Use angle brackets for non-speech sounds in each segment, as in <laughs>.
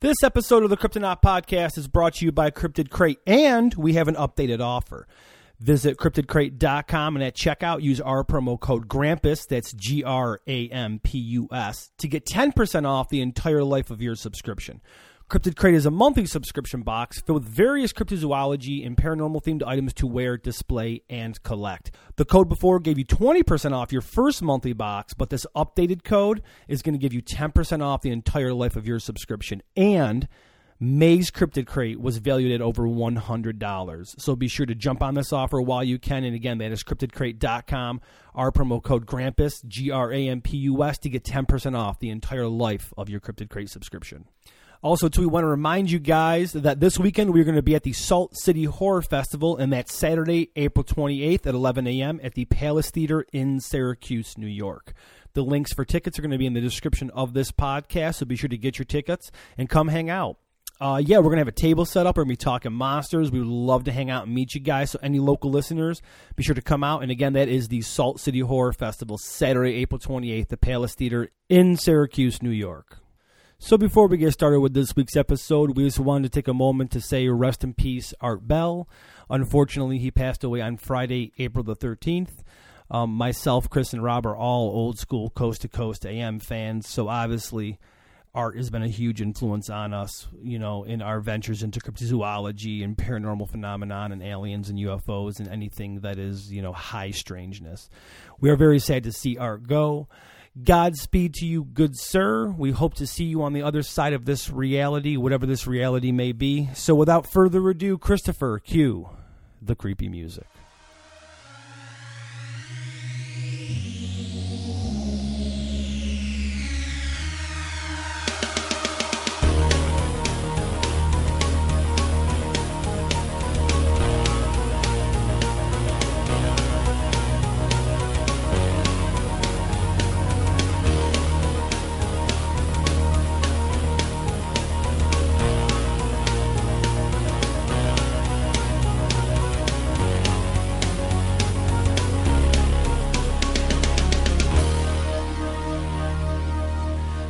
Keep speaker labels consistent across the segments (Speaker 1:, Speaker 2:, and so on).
Speaker 1: This episode of the Cryptonaut Podcast is brought to you by Cryptid Crate, and we have an updated offer. Visit cryptidcrate.com and at checkout, use our promo code GRAMPUS, that's G R A M P U S, to get 10% off the entire life of your subscription. Cryptid Crate is a monthly subscription box filled with various cryptozoology and paranormal themed items to wear, display, and collect. The code before gave you 20% off your first monthly box, but this updated code is going to give you 10% off the entire life of your subscription. And May's Cryptid Crate was valued at over $100. So be sure to jump on this offer while you can. And again, that is cryptidcrate.com. Our promo code GRAMPUS, G R A M P U S, to get 10% off the entire life of your Cryptid Crate subscription. Also, too, we want to remind you guys that this weekend we're going to be at the Salt City Horror Festival, and that's Saturday, April 28th at 11 a.m. at the Palace Theater in Syracuse, New York. The links for tickets are going to be in the description of this podcast, so be sure to get your tickets and come hang out. Uh, yeah, we're going to have a table set up. We're going to be talking monsters. We would love to hang out and meet you guys. So, any local listeners, be sure to come out. And again, that is the Salt City Horror Festival, Saturday, April 28th, the Palace Theater in Syracuse, New York. So before we get started with this week's episode, we just wanted to take a moment to say rest in peace, Art Bell. Unfortunately, he passed away on Friday, April the 13th. Um, myself, Chris, and Rob are all old school coast to coast AM fans, so obviously art has been a huge influence on us, you know, in our ventures into cryptozoology and paranormal phenomenon and aliens and UFOs and anything that is, you know, high strangeness. We are very sad to see art go. Godspeed to you, good sir. We hope to see you on the other side of this reality, whatever this reality may be. So, without further ado, Christopher, cue the creepy music.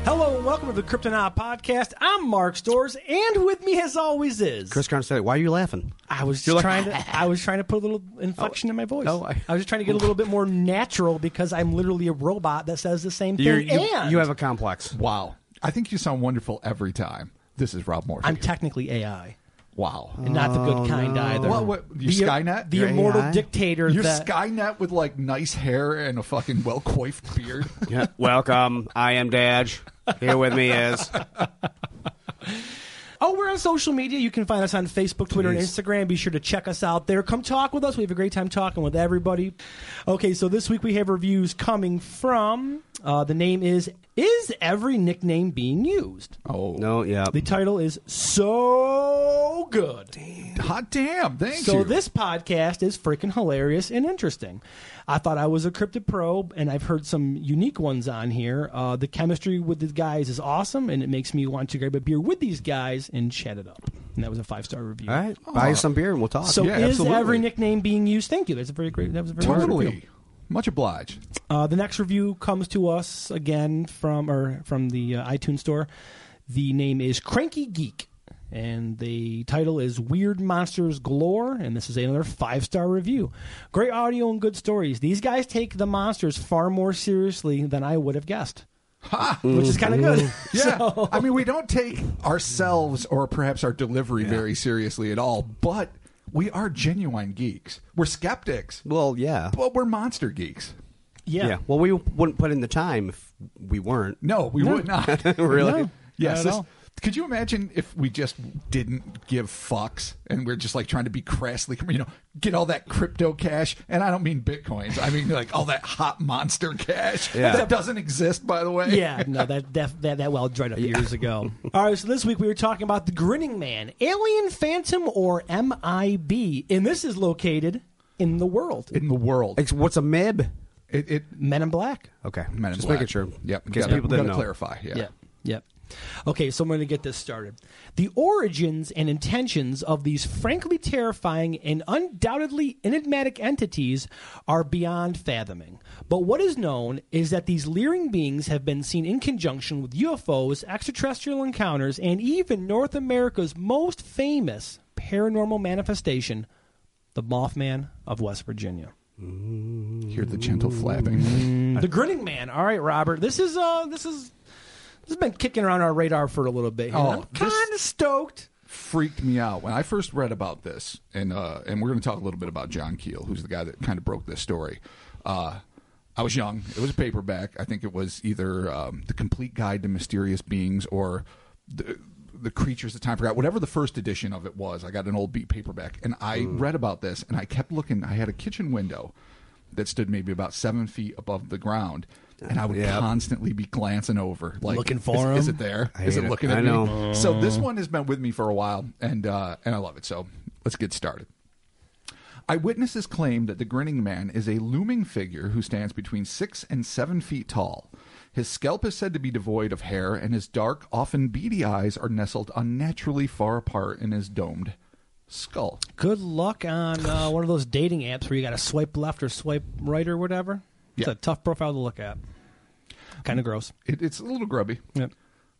Speaker 1: Hello and welcome to the Kryptonaut Podcast. I'm Mark Stores, and with me, as always, is
Speaker 2: Chris Carnes said, "Why are you laughing?"
Speaker 1: I was just trying
Speaker 2: <laughs>
Speaker 1: to. I was trying to put a little inflection in my voice.
Speaker 2: oh,
Speaker 1: I,
Speaker 2: I-
Speaker 1: was just trying to get a little bit more natural because I'm literally a robot that says the same thing.
Speaker 2: You, you,
Speaker 1: and
Speaker 2: you have a complex.
Speaker 3: Wow. I think you sound wonderful every time. This is Rob Morphy.
Speaker 1: I'm technically AI,
Speaker 3: wow.
Speaker 1: and not the
Speaker 2: Oh,
Speaker 1: good kind either.
Speaker 3: What- what- you're
Speaker 1: the,
Speaker 3: Skynet?
Speaker 1: the
Speaker 3: You're
Speaker 1: immortal
Speaker 2: AI?
Speaker 1: dictator.
Speaker 3: You're
Speaker 1: that,
Speaker 3: Skynet with like nice hair and a fucking <laughs> well coiffed
Speaker 1: <laughs>
Speaker 3: beard.
Speaker 2: Yeah, <laughs> welcome. I am Daj. Here with me is
Speaker 1: Oh, we're on social media. You can find us on Facebook, Twitter, and Instagram. Be sure to check us out there. Come talk with us. We have a great time talking with everybody. Okay, so this week we have reviews coming from. Uh, the name is Is Every Nickname Being Used?
Speaker 3: Oh,
Speaker 2: no. Yeah,
Speaker 1: The title is So Good.
Speaker 3: hot damn. Thank
Speaker 1: So
Speaker 3: you.
Speaker 1: this podcast is freaking hilarious and interesting. I thought I was a cryptid probe, and I've heard some unique ones on here. Uh, the chemistry with the guys is awesome, and it makes me want to grab a beer with these guys and chat it up. And that was a five star review.
Speaker 2: All right, buy you some beer and we'll talk.
Speaker 1: So
Speaker 3: Yeah,
Speaker 1: is
Speaker 3: absolutely.
Speaker 1: every nickname being used? Thank you. That's a very great. That was a very good review.
Speaker 3: totally. Much obliged.
Speaker 1: Uh, the next review comes to us again from or from the uh, iTunes store. The name is Cranky Geek, and the title is Weird Monsters Galore. And this is another five star review. Great audio and good stories. These guys take the monsters far more seriously than I would have guessed,
Speaker 3: Ha!
Speaker 1: which is kind of good. <laughs>
Speaker 3: Yeah.
Speaker 1: So-
Speaker 3: I mean, we don't take ourselves or perhaps our delivery very seriously at all, but we are genuine geeks. We're skeptics,
Speaker 2: well, yeah.
Speaker 3: but we're monster geeks.
Speaker 1: yeah.
Speaker 2: yeah, Well, we wouldn't put in the time if we weren't.
Speaker 3: No, we would not.
Speaker 2: <laughs> really.
Speaker 1: No.
Speaker 3: Yes.
Speaker 1: Not at
Speaker 3: this-
Speaker 1: all.
Speaker 3: could you imagine if we just didn't give fucks and we're just like trying to be crassly, you know, get all that crypto cash? And I don't mean bitcoins. I mean like all that hot monster cash
Speaker 2: Yeah.
Speaker 3: that doesn't exist, by the way.
Speaker 1: Yeah, no, that that that, that well dried up years ago. All right, so this week we were talking about the Grinning Man, Alien Phantom, or MIB, and this is located in the world.
Speaker 3: In the world,
Speaker 2: It's, what's a mib?
Speaker 3: it, it
Speaker 1: Men in Black.
Speaker 2: Okay,
Speaker 3: Men in
Speaker 2: just
Speaker 3: Black.
Speaker 2: making sure.
Speaker 3: Yep,
Speaker 2: in case
Speaker 3: gotta-
Speaker 2: people didn't
Speaker 3: gotta
Speaker 2: know.
Speaker 3: clarify. Yeah.
Speaker 1: Yep. Okay, so I'm going to get this started. The origins and intentions of these frankly terrifying and undoubtedly enigmatic entities are beyond fathoming. But what is known is that these leering beings have been seen in conjunction with UFOs, extraterrestrial encounters, and even North America's most famous paranormal manifestation, the Mothman of West Virginia.
Speaker 3: Hear the
Speaker 2: <laughs>
Speaker 3: gentle flapping.
Speaker 1: The Grinning Man. All right, Robert. This is uh this is this has been kicking around our radar for a little bit. Here.
Speaker 3: Oh,
Speaker 1: I'm kind of stoked.
Speaker 3: Freaked me out when I first read about this, and uh, and we're going to talk a little bit about John Keel, who's the guy that kind of broke this story. Uh, I was young. It was a paperback. I think it was either um, the Complete Guide to Mysterious Beings or the the creatures of time forgot whatever the first edition of it was i got an old beat paperback and i
Speaker 1: Hmm.
Speaker 3: read about this and i kept looking i had a kitchen window that stood maybe about seven feet above the ground and i would
Speaker 2: Yeah.
Speaker 3: constantly be glancing over like
Speaker 1: Looking
Speaker 3: is-
Speaker 1: for
Speaker 3: is
Speaker 1: 'em?
Speaker 3: it there
Speaker 2: I
Speaker 3: is
Speaker 2: hate
Speaker 3: it
Speaker 2: it.
Speaker 3: looking at
Speaker 2: I
Speaker 3: me?
Speaker 2: know.
Speaker 3: So this one has been with me for a while, and uh, and I love it. So let's get started. Eyewitnesses claim that the grinning man is a looming figure who stands between six and seven feet tall. His scalp is said to be devoid of hair, and his dark, often beady eyes are nestled unnaturally far apart in his domed skull.
Speaker 1: Good luck on uh, one of those dating apps where you got to swipe left or swipe right or whatever. It's
Speaker 3: Yeah.
Speaker 1: a tough profile to look at. Kind of gross.
Speaker 3: It, it's a little grubby.
Speaker 1: Yep.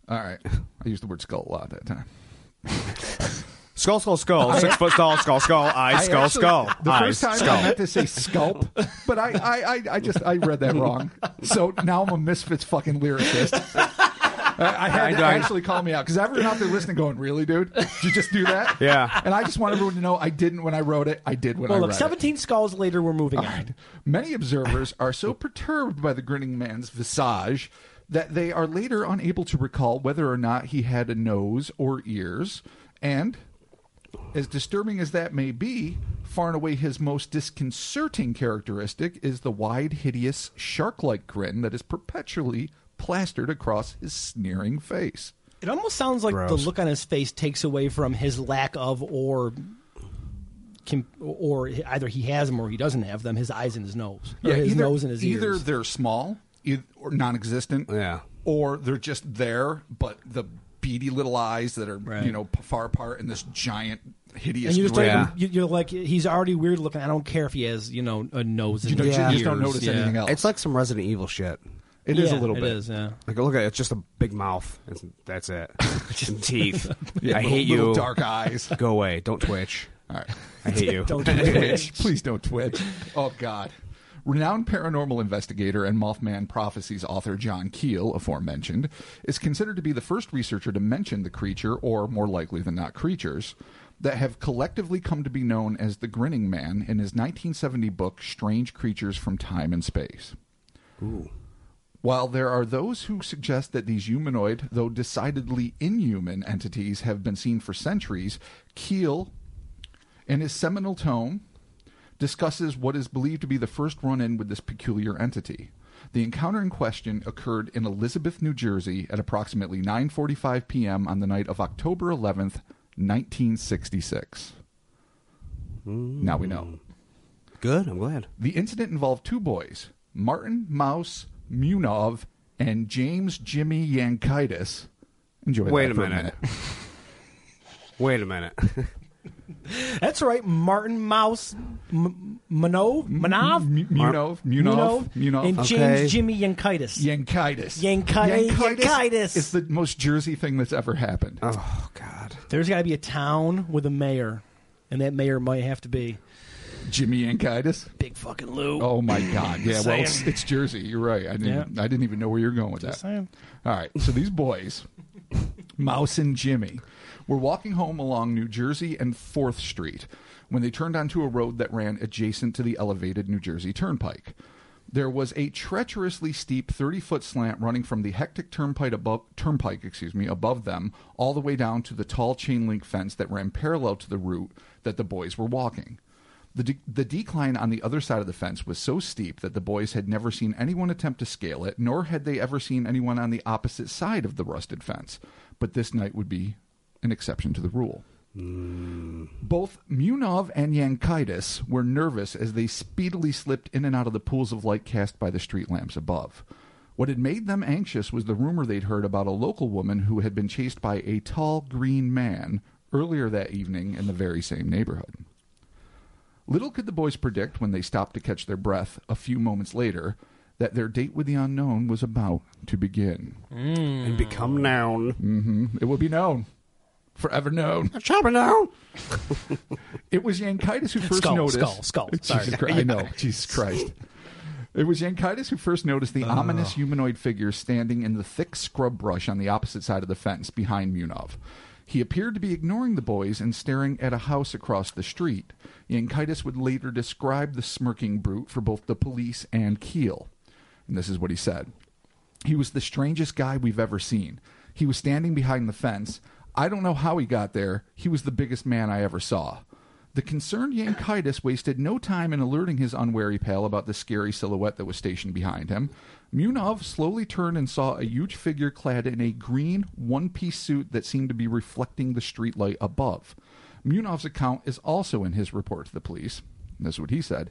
Speaker 3: All right, I used the word skull a lot that time.
Speaker 4: Skull, skull, skull. Six foot skull, skull, skull. Eye,
Speaker 3: I
Speaker 4: skull,
Speaker 3: actually-
Speaker 4: skull.
Speaker 3: The
Speaker 4: Eyes,
Speaker 3: first time
Speaker 4: skull.
Speaker 3: I meant to say scalp, but I, I, I, I just I read that wrong. So now I'm a misfits fucking lyricist. I, I had
Speaker 4: I
Speaker 3: to
Speaker 4: know.
Speaker 3: actually call me out because everyone out there listening going, "Really, dude? Did you just do that?"
Speaker 4: Yeah.
Speaker 3: And I just want everyone to know I didn't when I wrote it. I did when
Speaker 1: Well,
Speaker 3: I
Speaker 1: look,
Speaker 3: read it.
Speaker 1: 17 skulls later, we're moving on.
Speaker 3: Right. Many observers are so perturbed by the grinning man's visage that they are later unable to recall whether or not he had a nose or ears. And, as disturbing as that may be, far and away his most disconcerting characteristic is the wide, hideous, shark like grin that is perpetually plastered across his sneering face.
Speaker 1: It almost sounds like the
Speaker 4: Gross.
Speaker 1: look on his face takes away from his lack of or. Can, or either he has them or he doesn't have them. His eyes and his nose, or his
Speaker 3: either,
Speaker 1: nose and his
Speaker 3: either
Speaker 1: ears.
Speaker 3: they're small eith- or non-existent,
Speaker 2: Yeah.
Speaker 3: or they're just there, but the beady little eyes that are
Speaker 1: Right.
Speaker 3: you know p- far apart and this giant hideous.
Speaker 1: And you just
Speaker 3: grin.
Speaker 1: like
Speaker 2: Yeah.
Speaker 1: you- you're like he's already weird looking. I don't care if he has you know a nose.
Speaker 3: you,
Speaker 1: and
Speaker 3: don't- you
Speaker 2: Yeah.
Speaker 3: just don't
Speaker 1: ears.
Speaker 3: notice
Speaker 1: Yeah.
Speaker 3: anything else.
Speaker 2: It's like some Resident Evil shit.
Speaker 3: it is a
Speaker 1: Yeah,
Speaker 3: little bit.
Speaker 1: It is. Yeah.
Speaker 2: Like look at it, it's just a big mouth. It's, that's it. Some teeth.
Speaker 3: Yeah,
Speaker 2: I
Speaker 3: little-
Speaker 2: hate
Speaker 3: little
Speaker 2: you.
Speaker 3: Dark eyes.
Speaker 2: Go away. Don't twitch.
Speaker 3: All right.
Speaker 2: I hate you.
Speaker 1: Don't
Speaker 3: <laughs> Twitch. Please don't twitch. Oh God. Renowned paranormal investigator and Mothman Prophecies author John Keel, aforementioned, is considered to be the first researcher to mention the creature, or more likely than not, creatures, that have collectively come to be known as the Grinning Man in his 1970 book, Strange Creatures from Time and Space. While there are those who suggest that these humanoid, though decidedly inhuman entities have been seen for centuries, Keel, in his seminal tome, discusses what is believed to be the first run in with this peculiar entity. The encounter in question occurred in Elizabeth, New Jersey at approximately 9:45 p.m. on the night of October 11th, 1966.
Speaker 2: Hmm.
Speaker 3: Now we know.
Speaker 2: Good. I'm glad.
Speaker 3: The incident involved two boys, Martin Mouse Munov and James Jimmy Yankitis. Enjoy
Speaker 2: Wait
Speaker 3: that
Speaker 2: a
Speaker 3: for
Speaker 2: minute. Wait a <laughs> minute.
Speaker 1: <laughs> That's right, Martin Mouse, M- Manov, Manov,
Speaker 3: M- Munov, Munov, Munov,
Speaker 1: and
Speaker 2: Okay.
Speaker 1: James Jimmy Yankitis.
Speaker 3: Yankitis.
Speaker 1: Yankiti- Yankitis.
Speaker 3: is the most Jersey thing that's ever happened.
Speaker 2: Oh God.
Speaker 1: There's got to be a town with a mayor, and that mayor might have to be
Speaker 3: Jimmy Yankitis.
Speaker 1: Big fucking Lou.
Speaker 3: Oh my
Speaker 1: <laughs>
Speaker 3: God! Yeah, well,
Speaker 1: Saying.
Speaker 3: it's, it's Jersey. You're right. I didn't. I didn't even know where you're going with that.
Speaker 1: saying.
Speaker 3: All right. So these boys, Mouse and Jimmy, were walking home along New Jersey and Fourth Street when they turned onto a road that ran adjacent to the elevated New Jersey Turnpike. There was a treacherously steep 30-foot slant running from the hectic turnpike above turnpike, excuse me, above them, all the way down to the tall chain link fence that ran parallel to the route that the boys were walking. The, de- the decline on the other side of the fence was so steep that the boys had never seen anyone attempt to scale it, nor had they ever seen anyone on the opposite side of the rusted fence. But this night would be an exception to the rule. Both Munov and Yankitis were nervous as they speedily slipped in and out of the pools of light cast by the street lamps above. What had made them anxious was the rumor they'd heard about a local woman who had been chased by a tall green man earlier that evening in the very same neighborhood. Little could the boys predict when they stopped to catch their breath a few moments later that their date with the unknown was about to begin.
Speaker 1: Hmm.
Speaker 2: and become known.
Speaker 3: It will be known. Forever known.
Speaker 2: Shall be known.
Speaker 3: It was
Speaker 1: <laughs>
Speaker 3: Yankitis who first
Speaker 1: Skull,
Speaker 3: noticed.
Speaker 1: skull, skull. Sorry.
Speaker 3: <laughs> Jesus Christ, I know.
Speaker 1: <laughs>
Speaker 3: Jesus Christ. It was Yankitis who first noticed
Speaker 1: Uh.
Speaker 3: the ominous humanoid figure standing in the thick scrub brush on the opposite side of the fence behind Munov. He appeared to be ignoring the boys and staring at a house across the street. Yankitis would later describe the smirking brute for both the police and Keel. And this is what he said. He was the strangest guy we've ever seen. He was standing behind the fence. I don't know how he got there. He was the biggest man I ever saw. The concerned Yankitis wasted no time in alerting his unwary pal about the scary silhouette that was stationed behind him. Munov slowly turned and saw a huge figure clad in a green one piece suit that seemed to be reflecting the streetlight above. Munov's account is also in his report to the police. This is what he said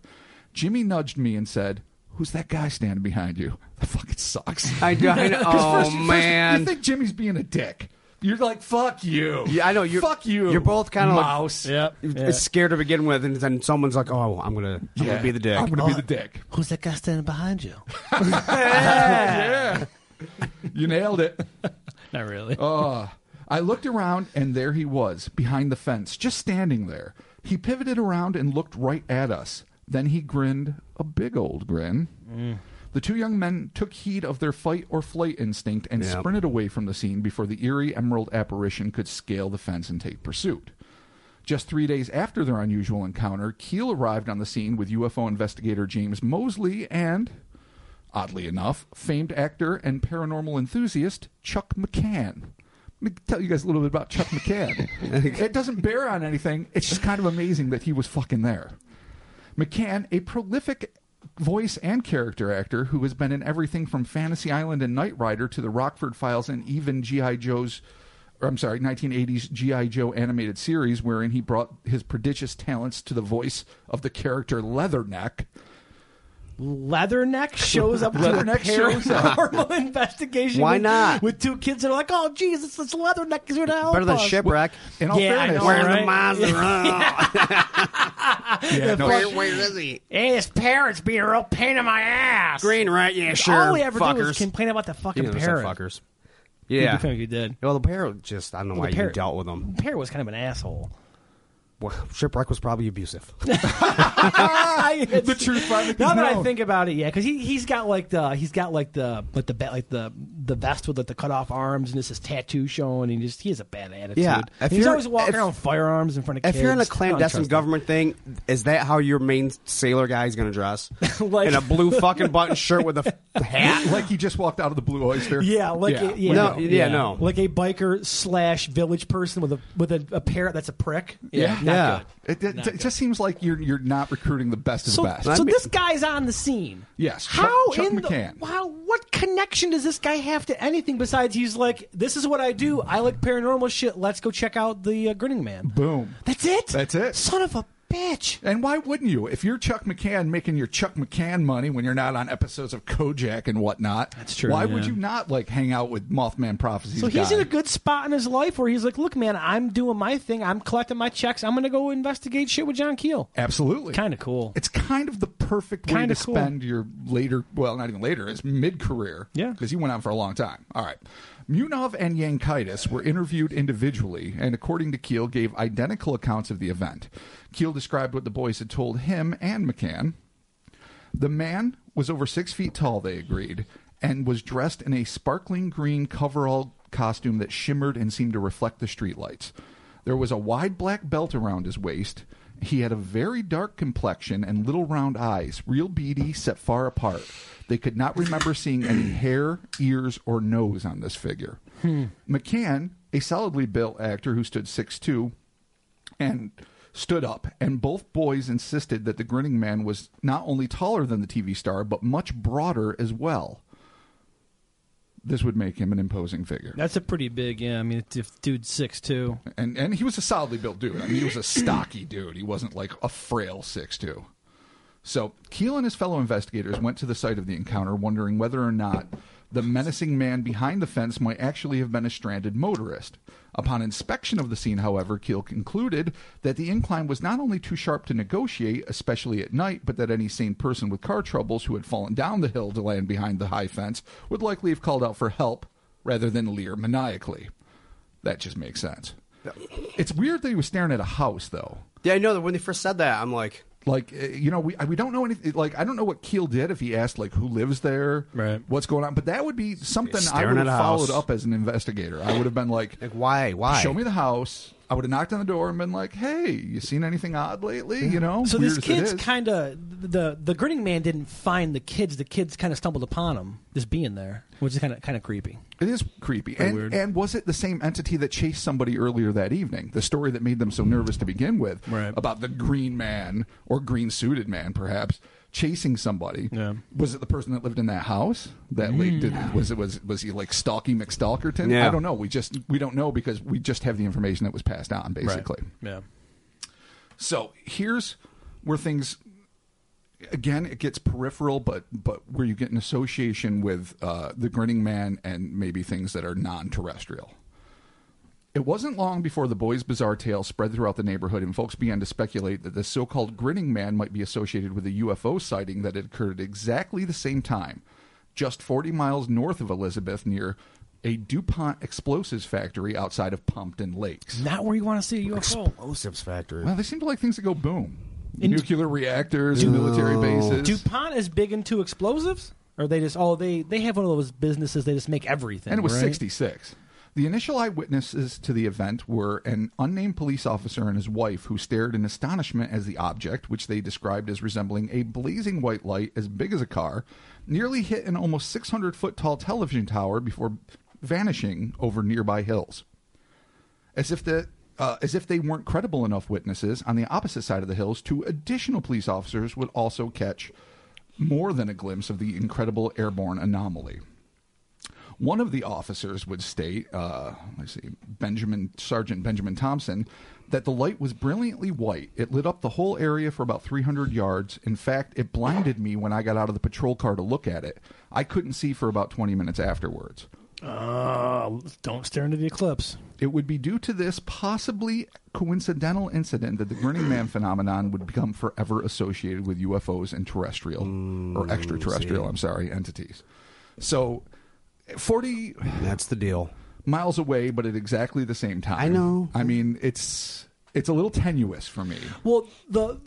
Speaker 3: Jimmy nudged me and said, Who's that guy standing behind you? <laughs> That fucking sucks.
Speaker 2: I, I know.
Speaker 3: <laughs> 'Cause
Speaker 2: Oh,
Speaker 3: first- first
Speaker 2: man.
Speaker 3: you think Jimmy's being a dick. You're like, fuck you.
Speaker 2: Yeah, I know. You're,
Speaker 3: fuck you.
Speaker 2: You're both kind of
Speaker 3: mouse.
Speaker 2: Like,
Speaker 1: Yep.
Speaker 2: It's
Speaker 1: Yeah.
Speaker 2: scared to begin with, and then someone's like, "Oh, I'm gonna, I'm
Speaker 3: Yeah.
Speaker 2: gonna be the dick."
Speaker 3: I'm gonna be the dick.
Speaker 1: Who's that guy standing behind
Speaker 3: <laughs>
Speaker 1: you?
Speaker 3: You nailed it.
Speaker 1: Not really.
Speaker 3: Uh, I looked around and there he was, behind the fence, just standing there. He pivoted around and looked right at us. Then he grinned a big old grin. The two young men took heed of their fight or flight instinct and
Speaker 2: Yeah.
Speaker 3: sprinted away from the scene before the eerie emerald apparition could scale the fence and take pursuit. Just three days after their unusual encounter, Keel arrived on the scene with UFO investigator James Mosley and, oddly enough, famed actor and paranormal enthusiast Chuck McCann. Let me tell you guys a little bit about Chuck McCann. it doesn't bear on anything, it's just kind of amazing that he was fucking there. McCann, a prolific voice and character actor who has been in everything from Fantasy Island and Knight Rider to the Rockford Files and even G.I. Joe's, or I'm sorry, 1980s G.I. Joe animated series, wherein he brought his prodigious talents to the voice of the character Leatherneck.
Speaker 1: Leatherneck shows up
Speaker 3: Leatherneck
Speaker 1: to a <laughs>
Speaker 3: shows up.
Speaker 1: paranormal investigation.
Speaker 2: Why
Speaker 1: with-
Speaker 2: not?
Speaker 1: With two kids that are like, oh, geez, it's this Leatherneck is here to help
Speaker 2: Better than
Speaker 1: us."
Speaker 2: shipwreck.
Speaker 3: In all
Speaker 1: Yeah, I
Speaker 3: fairness,
Speaker 1: know,
Speaker 2: Where's
Speaker 1: right?
Speaker 2: the monster?
Speaker 1: <laughs>
Speaker 3: Yeah, no,
Speaker 2: where, where is he?
Speaker 1: Hey, his parents being a real pain in my ass.
Speaker 2: Green, right? Yeah, sure.
Speaker 1: All we ever
Speaker 2: fuckers.
Speaker 1: do is complain about the fucking
Speaker 2: You know,
Speaker 1: parrot.
Speaker 2: fuckers.
Speaker 1: You
Speaker 2: Yeah.
Speaker 1: do think you did.
Speaker 2: Well, the parrot just, I don't know why
Speaker 1: the
Speaker 2: you
Speaker 1: parrot-
Speaker 2: dealt with them.
Speaker 1: Parrot was kind of an asshole.
Speaker 2: Well, shipwreck was
Speaker 1: <laughs>
Speaker 2: probably abusive.
Speaker 1: the
Speaker 3: truth finally
Speaker 1: Now
Speaker 3: comes
Speaker 1: that I
Speaker 3: out.
Speaker 1: think about it, yeah, because he he's got like the he's got like the but the ba- like the the vest with like the cut off arms and just his tattoo showing and he just he has a bad attitude.
Speaker 2: Yeah, if
Speaker 1: he's
Speaker 2: you're-
Speaker 1: always walking
Speaker 2: if-
Speaker 1: around with firearms in front of
Speaker 2: if
Speaker 1: kids.
Speaker 2: you're in a
Speaker 1: I don't
Speaker 2: clandestine
Speaker 1: trust
Speaker 2: government thing, is that how your main sailor guy is going to dress?
Speaker 1: <laughs> Like-
Speaker 2: in a blue fucking button shirt
Speaker 1: <laughs>
Speaker 2: with a f- hat?
Speaker 3: like he just walked out of the Blue Oyster.
Speaker 1: them. <laughs> Yeah, like
Speaker 3: Yeah.
Speaker 1: A, yeah,
Speaker 2: No, yeah, no.
Speaker 1: like a biker slash village person with a with a, a parrot that's a prick.
Speaker 3: Yeah.
Speaker 1: not
Speaker 2: Yeah.
Speaker 1: good.
Speaker 3: It, it- it just seems like you're you're not recruiting the best of
Speaker 1: So,
Speaker 3: the best.
Speaker 1: so this guy's on the scene.
Speaker 3: Yes, Chuck-
Speaker 1: How
Speaker 3: Chuck
Speaker 1: in
Speaker 3: McCann.
Speaker 1: the how what connection does this guy have to anything besides he's like this is what I do. I like paranormal shit. Let's go check out the uh, grinning man.
Speaker 3: Boom.
Speaker 1: That's it.
Speaker 3: That's it.
Speaker 1: Son of a bitch.
Speaker 3: And why wouldn't you? If you're Chuck McCann making your Chuck McCann money when you're not on episodes of Kojak and whatnot, that's
Speaker 1: true,
Speaker 3: Why
Speaker 1: yeah.
Speaker 3: would you not like hang out with Mothman Prophecies?
Speaker 1: So he's
Speaker 3: guy?
Speaker 1: in a good spot in his life where he's like, look, man, I'm doing my thing. I'm collecting my checks. I'm gonna go investigate shit with John Keel.
Speaker 3: absolutely
Speaker 1: Kind of cool.
Speaker 3: It's kind of the perfect way
Speaker 1: Kinda
Speaker 3: to
Speaker 1: cool.
Speaker 3: spend your later, well, not even later, it's mid career.
Speaker 1: Yeah.
Speaker 3: Because you went on for a long time. All right. Munov and Yankitis were interviewed individually, and according to Keel, gave identical accounts of the event. Keel described what the boys had told him and McCann. The man was over six feet tall, they agreed, and was dressed in a sparkling green coverall costume that shimmered and seemed to reflect the streetlights. There was a wide black belt around his waist. He had a very dark complexion and little round eyes, real beady, set far apart. They could not remember seeing any hair, ears, or nose on this figure. McCann, a solidly built actor who stood 6'2, and stood up and both boys insisted that the grinning man was not only taller than the tv star but much broader as well this would make him an imposing figure
Speaker 1: That's a pretty big. Yeah, I mean, if dude's six two.
Speaker 3: and and he was a solidly built dude i mean he was a stocky dude he wasn't like a frail 6'2 so keel and his fellow investigators went to the site of the encounter wondering whether or not the menacing man behind the fence might actually have been a stranded motorist. Upon inspection of the scene, however, Keel concluded that the incline was not only too sharp to negotiate, especially at night, but that any sane person with car troubles who had fallen down the hill to land behind the high fence would likely have called out for help rather than leer maniacally. That just makes sense. It's weird that he was staring at a house, though.
Speaker 2: Yeah, I know that when they first said that, I'm like,
Speaker 3: Like uh, you know, we we don't know anything. Like I don't know what Keel did if he asked like who lives there,
Speaker 1: Right.
Speaker 3: What's going on? But that would be something I
Speaker 2: Staring
Speaker 3: would have
Speaker 2: at a
Speaker 3: followed
Speaker 2: house.
Speaker 3: up as an investigator. I would have been like,
Speaker 4: Like why? Why?
Speaker 3: show me the house. I would have knocked on the door and been like, hey, you seen anything odd lately? You know,
Speaker 1: So
Speaker 3: Weird
Speaker 1: these
Speaker 3: as it
Speaker 1: kids
Speaker 3: is.
Speaker 1: kind of the the grinning man didn't find the kids. The kids kind of stumbled upon him just being there, which is kind of kind of creepy.
Speaker 3: It is creepy. And,
Speaker 1: weird.
Speaker 3: and was it the same entity that chased somebody earlier that evening? The story that made them so nervous to begin with
Speaker 1: Right.
Speaker 3: about the green man or green suited man, perhaps, chasing somebody.
Speaker 1: Yeah. Mm.
Speaker 3: Was it the person that lived in that house? That like, did, was it was was he like Stalky McStalkerton?
Speaker 2: Yeah.
Speaker 3: I don't know. We just we don't know because we just have the information that was passed on basically.
Speaker 1: Yeah.
Speaker 3: So here's where things again it gets peripheral, but but where you get an association with uh, the grinning man and maybe things that are non-terrestrial. It wasn't long before the boys' bizarre tale spread throughout the neighborhood, and folks began to speculate that the so-called grinning man might be associated with a UFO sighting that had occurred at exactly the same time, just 40 miles north of Elizabeth, near a DuPont explosives factory outside of Pumpton Lakes.
Speaker 1: Not where you want to see a UFO.
Speaker 4: Explosives factory.
Speaker 3: Well, they seem to like things that go boom.
Speaker 1: In-
Speaker 3: Nuclear reactors, military bases.
Speaker 1: DuPont is big into explosives? Or they just oh they they have one of those businesses they just make everything.
Speaker 3: and it was
Speaker 1: right?
Speaker 3: 66. The initial eyewitnesses to the event were an unnamed police officer and his wife who stared in astonishment as the object, which they described as resembling a blazing white light as big as a car, nearly hit an almost 600 foot tall television tower before vanishing over nearby hills. as if the uh, as if they weren't credible enough witnesses on the opposite side of the hills two additional police officers would also catch more than a glimpse of the incredible airborne anomaly one of the officers would state uh, let's see benjamin sergeant benjamin thompson that the light was brilliantly white it lit up the whole area for about 300 yards in fact it blinded me when i got out of the patrol car to look at it i couldn't see for about 20 minutes afterwards
Speaker 1: Uh, don't stare into the eclipse.
Speaker 3: it would be due to this possibly coincidental incident that the grinning man phenomenon would become forever associated with UFOs and terrestrial or extraterrestrial, I'm sorry, entities. So 40
Speaker 2: that's the deal.
Speaker 3: miles away but at exactly the same time.
Speaker 2: I know.
Speaker 3: I mean, it's it's a little tenuous for me.
Speaker 1: Well, the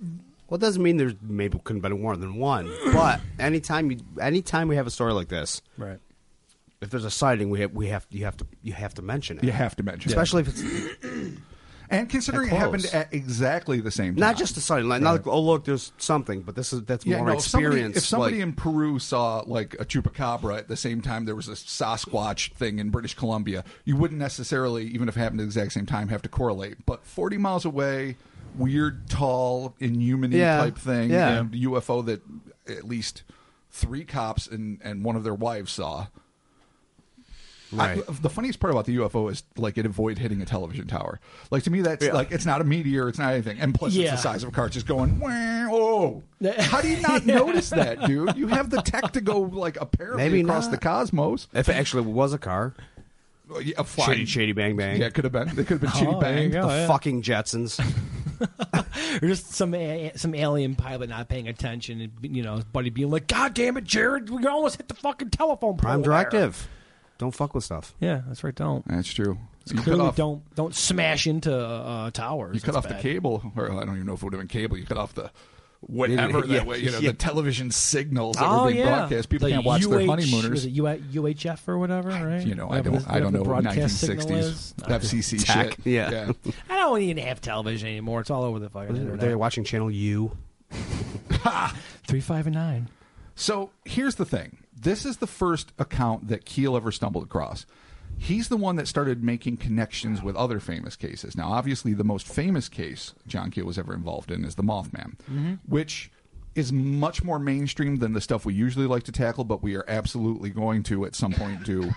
Speaker 2: Well, it doesn't mean there's maybe couldn't have been more than
Speaker 3: <clears throat>
Speaker 2: one, but anytime you, anytime we have a story like this,
Speaker 1: right.
Speaker 2: if there's a sighting, we have, we have, you have to, you have to mention it,
Speaker 3: You have to mention. it.
Speaker 2: especially if it's
Speaker 3: <clears throat> And considering it
Speaker 2: Close.
Speaker 3: happened at exactly the same time.
Speaker 2: not just a sighting, like, not like, oh look, there's something, but this is that's
Speaker 3: yeah,
Speaker 2: more
Speaker 3: no, if somebody,
Speaker 2: experience.
Speaker 3: if somebody
Speaker 2: like,
Speaker 3: in Peru saw like a chupacabra at the same time there was a Sasquatch thing in British Columbia, you wouldn't necessarily, even if it happened at the exact same time, have to correlate. But 40 miles away, weird, tall, inhuman
Speaker 2: Yeah.
Speaker 3: type thing,
Speaker 2: Yeah.
Speaker 3: and UFO that at least three cops and, and one of their wives saw. I-
Speaker 2: Right.
Speaker 3: the funniest part about the UFO is like it avoid hitting a television tower. Like to me, that's
Speaker 2: Yeah.
Speaker 3: like it's not a meteor, it's not anything, and plus it's
Speaker 1: Yeah.
Speaker 3: the size of a car just going. "Wah, Oh, how do you
Speaker 1: <laughs>
Speaker 3: not notice that, dude? You have the tech to go like apparently
Speaker 2: Maybe
Speaker 3: across
Speaker 2: not.
Speaker 3: the cosmos.
Speaker 2: if it actually was a car,
Speaker 3: Oh, yeah,
Speaker 2: shady,
Speaker 3: A flying,
Speaker 2: shady, bang, bang,
Speaker 3: yeah, it could have been. It could have been shitty
Speaker 1: <laughs> Oh, there you
Speaker 3: bang.
Speaker 1: go.
Speaker 2: the
Speaker 1: yeah.
Speaker 2: fucking
Speaker 3: <laughs>
Speaker 2: Jetsons.
Speaker 1: Or just some a- some alien pilot not paying attention, and you know, his buddy being like, "God damn it, Jared, we almost hit the fucking telephone."
Speaker 2: Prime
Speaker 1: pole there."
Speaker 2: directive. Don't fuck with stuff.
Speaker 1: Yeah, that's right. Don't
Speaker 3: That's true. You cut
Speaker 1: clearly
Speaker 3: off,
Speaker 1: don't don't smash into uh, towers.
Speaker 3: you cut
Speaker 1: That's
Speaker 3: off the
Speaker 1: bad.
Speaker 3: cable, or I don't even know if it would have been cable. You cut off the whatever
Speaker 2: Yeah,
Speaker 3: that way. You know
Speaker 2: yeah.
Speaker 3: the television signals that
Speaker 1: Oh
Speaker 3: were being
Speaker 1: yeah,
Speaker 3: broadcast. People
Speaker 1: The
Speaker 3: can't watch their
Speaker 1: UH
Speaker 3: honeymooners.
Speaker 1: Was it U- UHF or whatever? Right?
Speaker 3: you know, I
Speaker 1: Whatever
Speaker 3: don't,
Speaker 1: the-
Speaker 3: I
Speaker 1: whatever
Speaker 3: don't know,
Speaker 1: the broadcast signal
Speaker 3: 1960s
Speaker 1: is.
Speaker 3: FCC
Speaker 2: Tack.
Speaker 3: shit.
Speaker 2: Yeah.
Speaker 1: I don't even have television anymore. It's all over the fucking internet.
Speaker 2: They're watching Channel U.
Speaker 1: Three, five, and nine.
Speaker 3: So here's the thing. This is the first account that Keel ever stumbled across. He's the one that started making connections with other famous cases. Now, obviously, the most famous case John Keel was ever involved in is the Mothman, which is much more mainstream than the stuff we usually like to tackle, but we are absolutely going to at some point do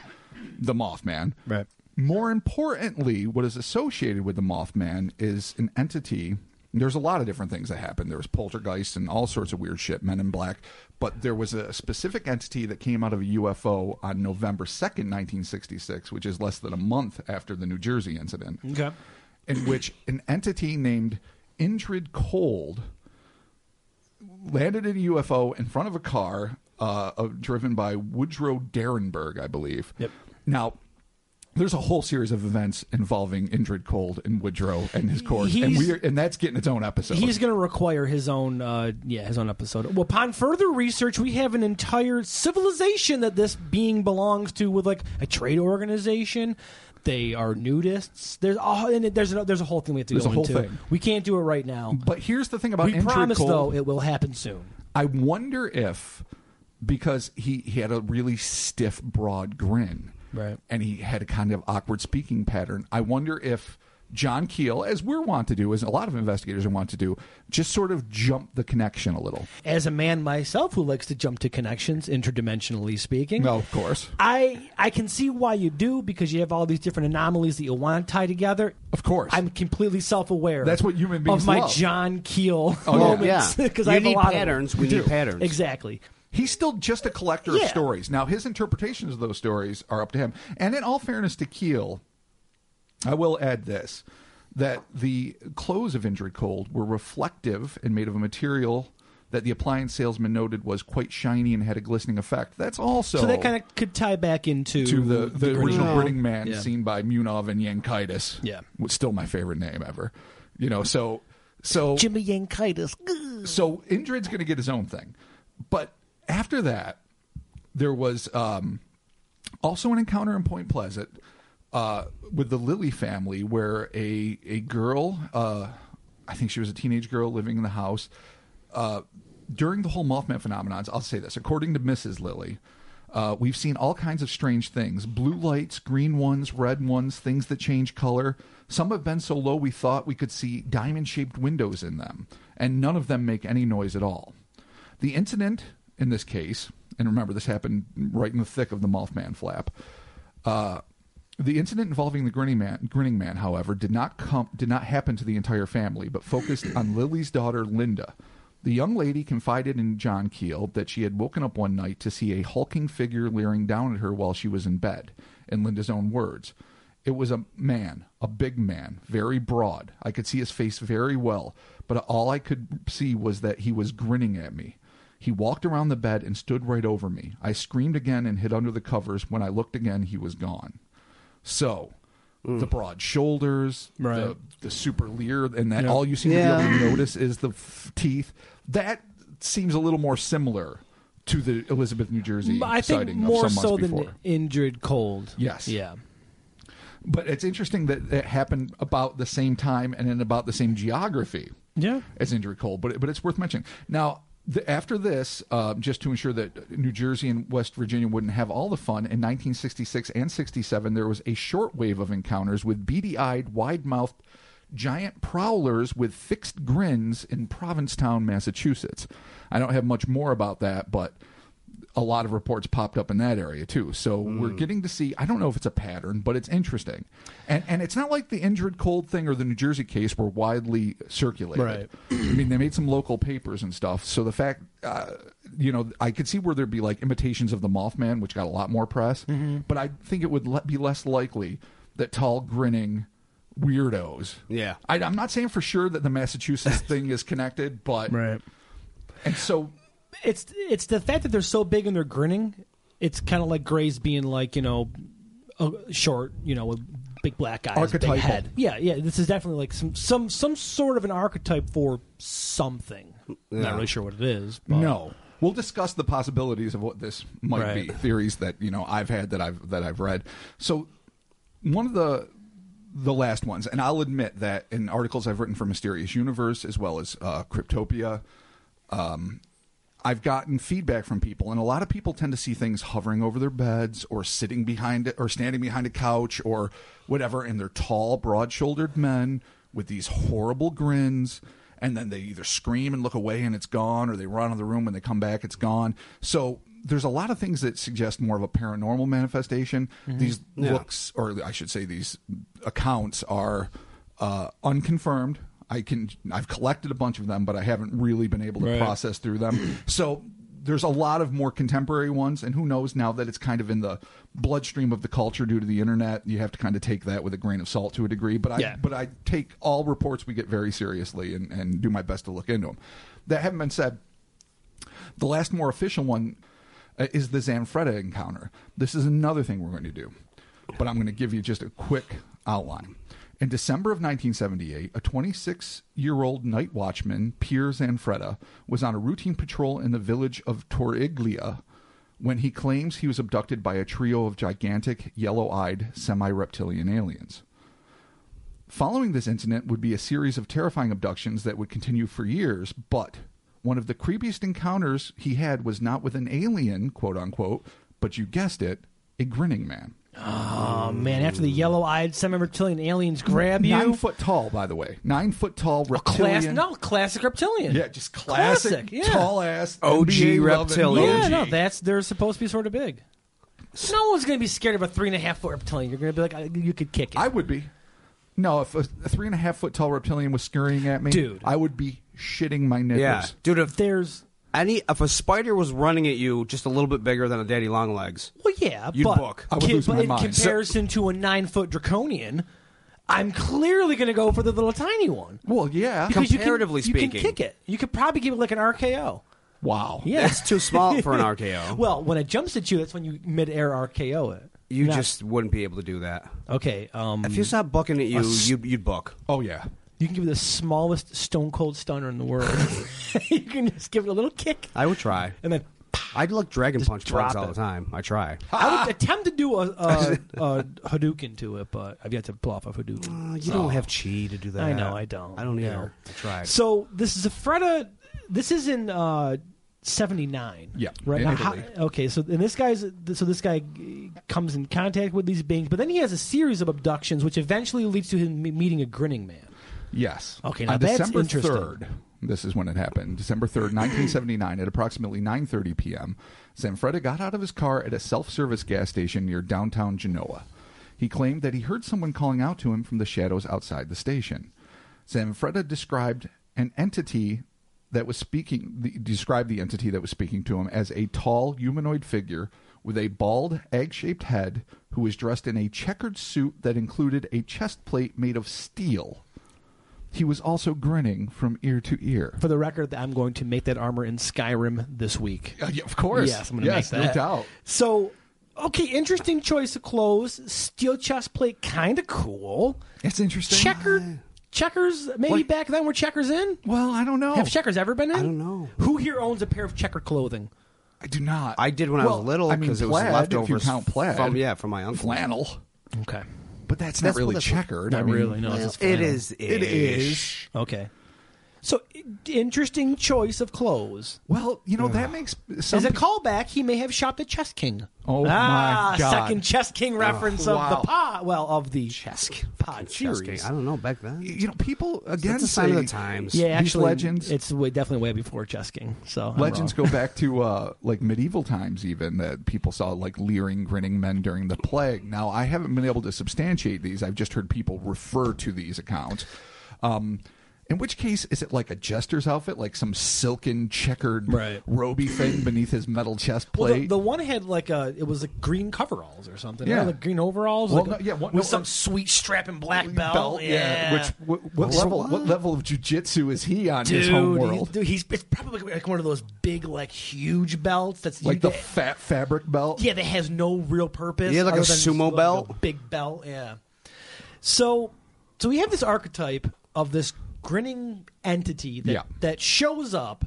Speaker 3: the Mothman.
Speaker 1: Right.
Speaker 3: More importantly, what is associated with the Mothman is an entity There's a lot of different things that happened. There was poltergeist and all sorts of weird shit, Men in Black. But there was a specific entity that came out of a UFO on November 2nd, 1966, which is less than a month after the New Jersey incident,
Speaker 1: Okay. <clears throat>
Speaker 3: in which an entity named Intrid Cold landed in a UFO in front of a car uh, uh, driven by Woodrow Derenberg, I believe.
Speaker 1: Yep.
Speaker 3: Now, there's a whole series of events involving Indrid Cold and Woodrow and his course, and
Speaker 1: He's-
Speaker 3: we are, and that's getting its own episode.
Speaker 1: He's going to require his own, uh, yeah, his own episode. Well, upon further research, we have an entire civilization that this being belongs to, with like a trade organization. They are nudists. There's a, and there's a, there's a whole thing we have to
Speaker 3: There's
Speaker 1: go
Speaker 3: a whole
Speaker 1: into.
Speaker 3: thing.
Speaker 1: We can't do it right now.
Speaker 3: but here's the thing about
Speaker 1: we
Speaker 3: Indrid
Speaker 1: promise,
Speaker 3: Cold.
Speaker 1: though, it will happen soon.
Speaker 3: I wonder if because he, he had a really stiff, broad grin,
Speaker 1: Right.
Speaker 3: and he had a kind of awkward speaking pattern. I wonder if John Keel, as we're wont to do, as a lot of investigators are wont to do, just sort of jump the connection a little.
Speaker 1: As a man myself who likes to jump to connections, interdimensionally speaking,
Speaker 3: No, of course,
Speaker 1: I I can see why you do because you have all these different anomalies that you want to tie together.
Speaker 3: of course.
Speaker 1: I'm completely self-aware.
Speaker 3: That's what human beings
Speaker 1: of my
Speaker 3: love.
Speaker 1: John Keel
Speaker 3: Oh, yeah.
Speaker 1: moments
Speaker 2: Yeah.
Speaker 1: because
Speaker 2: You
Speaker 1: I have
Speaker 2: need
Speaker 1: a lot
Speaker 2: patterns,
Speaker 1: Of them.
Speaker 2: we need patterns.
Speaker 1: Exactly.
Speaker 3: He's still just a collector
Speaker 1: Yeah.
Speaker 3: of stories. Now, his interpretations of those stories are up to him. And in all fairness to Keel, I will add this that the clothes of Injured Cold were reflective and made of a material that the appliance salesman noted was quite shiny and had a glistening effect. That's also.
Speaker 1: So that kind of could tie back into
Speaker 3: to the, the
Speaker 1: Grinch.
Speaker 3: original Grinning Man
Speaker 1: Yeah.
Speaker 3: seen by Munov and Yankitis.
Speaker 1: Yeah.
Speaker 3: Was still my favorite name ever. You know, so. so
Speaker 1: Jimmy Yankitis.
Speaker 3: so Indrid's going to get his own thing. But after that, there was um, also an encounter in Point Pleasant uh, with the Lilly family, where a a girl, uh, I think she was a teenage girl living in the house. Uh, during the whole Mothman phenomenon, I'll say this: according to Mrs. Lilly. Uh, we've seen all kinds of strange things blue lights, green ones, red ones, things that change color. Some have been so low we thought we could see diamond shaped windows in them, and none of them make any noise at all. The incident in this case, and remember this happened right in the thick of the Mothman flap. Uh, the incident involving the grinning man, grinning man, however, did not come did not happen to the entire family, but focused on Lily's daughter Linda. The young lady confided in John Keel that she had woken up one night to see a hulking figure leering down at her while she was in bed. In Linda's own words, it was a man, a big man, very broad. I could see his face very well, but all I could see was that he was grinning at me. He walked around the bed and stood right over me. I screamed again and hid under the covers. When I looked again, he was gone. So, the broad shoulders, the,
Speaker 1: Mm. Right.
Speaker 3: the super leer, and that all you seem to be
Speaker 2: Yeah.
Speaker 3: able to notice is the f- teeth. That seems a little more similar to the Elizabeth, New Jersey
Speaker 1: I think
Speaker 3: sighting
Speaker 1: more
Speaker 3: of some months
Speaker 1: so than
Speaker 3: before.
Speaker 1: injured cold.
Speaker 3: Yes.
Speaker 1: Yeah.
Speaker 3: But it's interesting that it happened about the same time and in about the same geography.
Speaker 1: Yeah.
Speaker 3: As injury cold, but but it's worth mentioning. Now, the, after this, uh, just to ensure that New Jersey and West Virginia wouldn't have all the fun, in 1966 and 67, there was a short wave of encounters with beady-eyed, wide-mouthed, giant prowlers with fixed grins in Provincetown, Massachusetts. I don't have much more about that, but a lot of reports popped up in that area too. So we're getting to see. I don't know if it's a pattern, but it's interesting, and and it's not like the injured cold thing or the New Jersey case were widely circulated.
Speaker 1: Right.
Speaker 3: I mean, they made some local papers and stuff. So the fact, uh, you know, I could see where there'd be like imitations of the Mothman, which got a lot more press, but I think it would le- be less likely that tall grinning weirdos.
Speaker 2: Yeah.
Speaker 3: I, I'm not saying for sure that the Massachusetts thing is connected, but and so
Speaker 1: It's it's the fact that they're so big and they're grinning. It's kind of like Gray's being like you know, a short you know, a big black guy,
Speaker 3: Archetypal.
Speaker 1: big head. Yeah, yeah. This is definitely like some some some sort of an archetype for something. Not really sure what it is. But
Speaker 3: No. We'll discuss the possibilities of what this might
Speaker 1: Right.
Speaker 3: be. Theories that, you know, I've had that I've that I've read. So one of the the last ones, and I'll admit that in articles I've written for Mysterious Universe as well as uh, Cryptopia, um, I've gotten feedback from people, and a lot of people tend to see things hovering over their beds or sitting behind or standing behind a couch or whatever, and they're tall, broad shouldered men with these horrible grins. And then they either scream and look away and it's gone, or they run out of the room. When they come back, it's gone. So there's a lot of things that suggest more of a paranormal manifestation. These looks, or I should say, these accounts are uh, unconfirmed. I can I've collected a bunch of them, but I haven't really been able to
Speaker 1: Right.
Speaker 3: process through them. <clears throat> So there's a lot of more contemporary ones, and who knows now that it's kind of in the bloodstream of the culture due to the internet. You have to kind of take that with a grain of salt to a degree. But I
Speaker 1: Yeah.
Speaker 3: but I take all reports we get very seriously and, and do my best to look into them. That having been said, the last more official one uh, is the Zanfretta encounter. This is another thing we're going to do, but I'm going to give you just a quick outline. In December of 1978, a 26 year old night watchman, Pier Zanfretta, was on a routine patrol in the village of Toriglia when he claims he was abducted by a trio of gigantic, yellow eyed, semi reptilian aliens. Following this incident would be a series of terrifying abductions that would continue for years, but one of the creepiest encounters he had was not with an alien, quote unquote, but you guessed it, a grinning man.
Speaker 1: Oh man! After the yellow-eyed semi-reptilian aliens grab you,
Speaker 3: Nine foot tall, by the way. Nine foot tall reptilian.
Speaker 1: class, no classic reptilian.
Speaker 3: Yeah, just classic,
Speaker 1: Classic, yeah.
Speaker 3: tall ass
Speaker 4: OG
Speaker 3: NBA loving
Speaker 4: reptilian.
Speaker 1: Yeah,
Speaker 4: OG.
Speaker 1: no, that's they're supposed to be sort of big. No one's going to be scared of a three and a half foot reptilian. You're going to be like, I- you could kick it.
Speaker 3: I would be. No, if a a three and a half foot tall reptilian was scurrying at me,
Speaker 1: Dude.
Speaker 3: I would be shitting my knickers.
Speaker 4: Yeah, dude. If
Speaker 1: There's,
Speaker 4: any, if a spider was running at you, just a little bit bigger than a daddy long legs,
Speaker 1: well, yeah,
Speaker 4: You'd
Speaker 1: but,
Speaker 4: book.
Speaker 3: I would
Speaker 1: ki-
Speaker 3: lose
Speaker 1: but
Speaker 3: my
Speaker 1: in
Speaker 3: mind.
Speaker 1: comparison to a nine foot draconian, I'm clearly going to go for the little tiny one
Speaker 3: Well, yeah.
Speaker 1: because
Speaker 4: Comparatively
Speaker 1: you can, you
Speaker 4: speaking.
Speaker 1: can kick it. You could probably give it like an RKO.
Speaker 3: wow.
Speaker 1: Yeah. <laughs>
Speaker 4: that's too small for an RKO.
Speaker 1: Well, when it jumps at you, that's when you mid-air RKO it.
Speaker 4: you
Speaker 1: Not-
Speaker 4: just wouldn't be able to do that.
Speaker 1: okay. Um,
Speaker 4: If you saw bucking at you,
Speaker 3: s-
Speaker 4: you'd, you'd buck.
Speaker 3: Oh, yeah.
Speaker 1: You can give it the smallest stone cold stunner in the
Speaker 4: <laughs>
Speaker 1: world. <laughs> you can just give it a little kick,
Speaker 4: I would try.
Speaker 1: and then
Speaker 4: I'd look dragon punch
Speaker 1: drop
Speaker 4: bugs all
Speaker 1: it.
Speaker 4: the time. I try.
Speaker 1: I
Speaker 4: <laughs>
Speaker 1: would attempt to do a, a, a Hadouken to it, but I've yet to pull off a Hadouken.
Speaker 4: Uh, you don't have chi to do that.
Speaker 1: I know I don't.
Speaker 4: I don't
Speaker 1: you
Speaker 4: either.
Speaker 1: know.
Speaker 4: I tried.
Speaker 1: So this is a Freda. This is in uh, seventy nine.
Speaker 3: Yeah,
Speaker 1: Right.
Speaker 3: in
Speaker 1: Now,
Speaker 3: Italy.
Speaker 1: how- okay. So and this guy's so this guy uh, comes in contact with these beings, but then he has a series of abductions, which eventually leads to him me- meeting a grinning man.
Speaker 3: Yes.
Speaker 1: Okay, now
Speaker 3: On
Speaker 1: that's
Speaker 3: December
Speaker 1: interesting.
Speaker 3: 3rd, this is when it happened. December 3rd, 1979, at approximately 9.30 p.m., Zanfretta got out of his car at a self-service gas station near downtown Genoa. He claimed that he heard someone calling out to him from the shadows outside the station. Zanfretta described an entity that was speaking, the, described the entity that was speaking to him as a tall humanoid figure with a bald, egg shaped head who was dressed in a checkered suit that included a chest plate made of steel. He was also grinning from ear to ear.
Speaker 1: For the record, I'm going to make that armor in Skyrim this week.
Speaker 3: Uh, yeah, of course.
Speaker 1: Yes, I'm gonna
Speaker 3: Yes,
Speaker 1: make that.
Speaker 3: no doubt.
Speaker 1: So, okay, interesting choice of clothes. Steel chest plate, kind of cool.
Speaker 3: It's interesting.
Speaker 1: Checkered checkers, maybe
Speaker 3: Like-
Speaker 1: back then were checkers in.
Speaker 3: Well, I don't know.
Speaker 1: Have checkers ever been in? I
Speaker 4: don't know.
Speaker 1: Who here owns a pair of checkered clothing?
Speaker 3: I do not.
Speaker 4: I did when I
Speaker 3: Well,
Speaker 4: was little
Speaker 3: I mean,
Speaker 4: because it was
Speaker 3: plaid,
Speaker 4: leftovers.
Speaker 3: If you count plaid,
Speaker 4: From, yeah, from my uncle.
Speaker 3: flannel.
Speaker 1: Okay,
Speaker 3: But that's,
Speaker 4: That's
Speaker 3: not really
Speaker 4: what it's-
Speaker 3: checkered. I
Speaker 1: not
Speaker 3: mean,
Speaker 1: really. No, it's just
Speaker 4: It
Speaker 1: flannel.
Speaker 4: is.
Speaker 3: It is.
Speaker 1: Okay, so i- interesting choice of clothes.
Speaker 3: Well, you know that makes some
Speaker 1: As a callback, he may have shopped at Chess King.
Speaker 3: Oh,
Speaker 1: ah,
Speaker 3: my God.
Speaker 1: Second Chess King reference of the
Speaker 3: wow.
Speaker 1: pod. Well, of the Chess pod
Speaker 4: Just
Speaker 1: series.
Speaker 4: kidding. I don't know. Back then,
Speaker 3: you know people again
Speaker 4: That's a sign of
Speaker 3: say-
Speaker 4: the times.
Speaker 1: Yeah,
Speaker 3: These
Speaker 1: actually,
Speaker 3: legends-
Speaker 1: It's way, definitely way before Chess King. So I'm
Speaker 3: Legends
Speaker 1: wrong.
Speaker 3: go back to uh, like medieval times, even that people saw like leering, grinning men during the plague. Now, I haven't been able to substantiate these. I've just heard people refer to these accounts. Um, in which case, is it like a jester's outfit, like some silken checkered
Speaker 1: Right.
Speaker 3: roby thing beneath his metal chest
Speaker 1: Well,
Speaker 3: plate?
Speaker 1: the, the one had like a it was like green coveralls or something. Yeah,
Speaker 3: Yeah.
Speaker 1: like green overalls.
Speaker 3: Well,
Speaker 1: like a-
Speaker 3: no, yeah, what-
Speaker 1: with
Speaker 3: no,
Speaker 1: some
Speaker 3: uh,
Speaker 1: sweet strap and black belt. yeah.
Speaker 3: Which what, what level? What? level of jujitsu is he on his
Speaker 1: Dude,
Speaker 3: home
Speaker 1: He's,
Speaker 3: world?
Speaker 1: dude, he's it's probably like one of those big, like huge belts. That's
Speaker 3: Like the
Speaker 1: that-
Speaker 3: fat fabric belt.
Speaker 1: yeah, that has no real purpose.
Speaker 4: Yeah, like a
Speaker 1: other than
Speaker 4: sumo
Speaker 1: just, like,
Speaker 4: belt.
Speaker 1: a big belt. Yeah. So, so we have this archetype of this grinning entity that
Speaker 3: Yeah.
Speaker 1: that shows up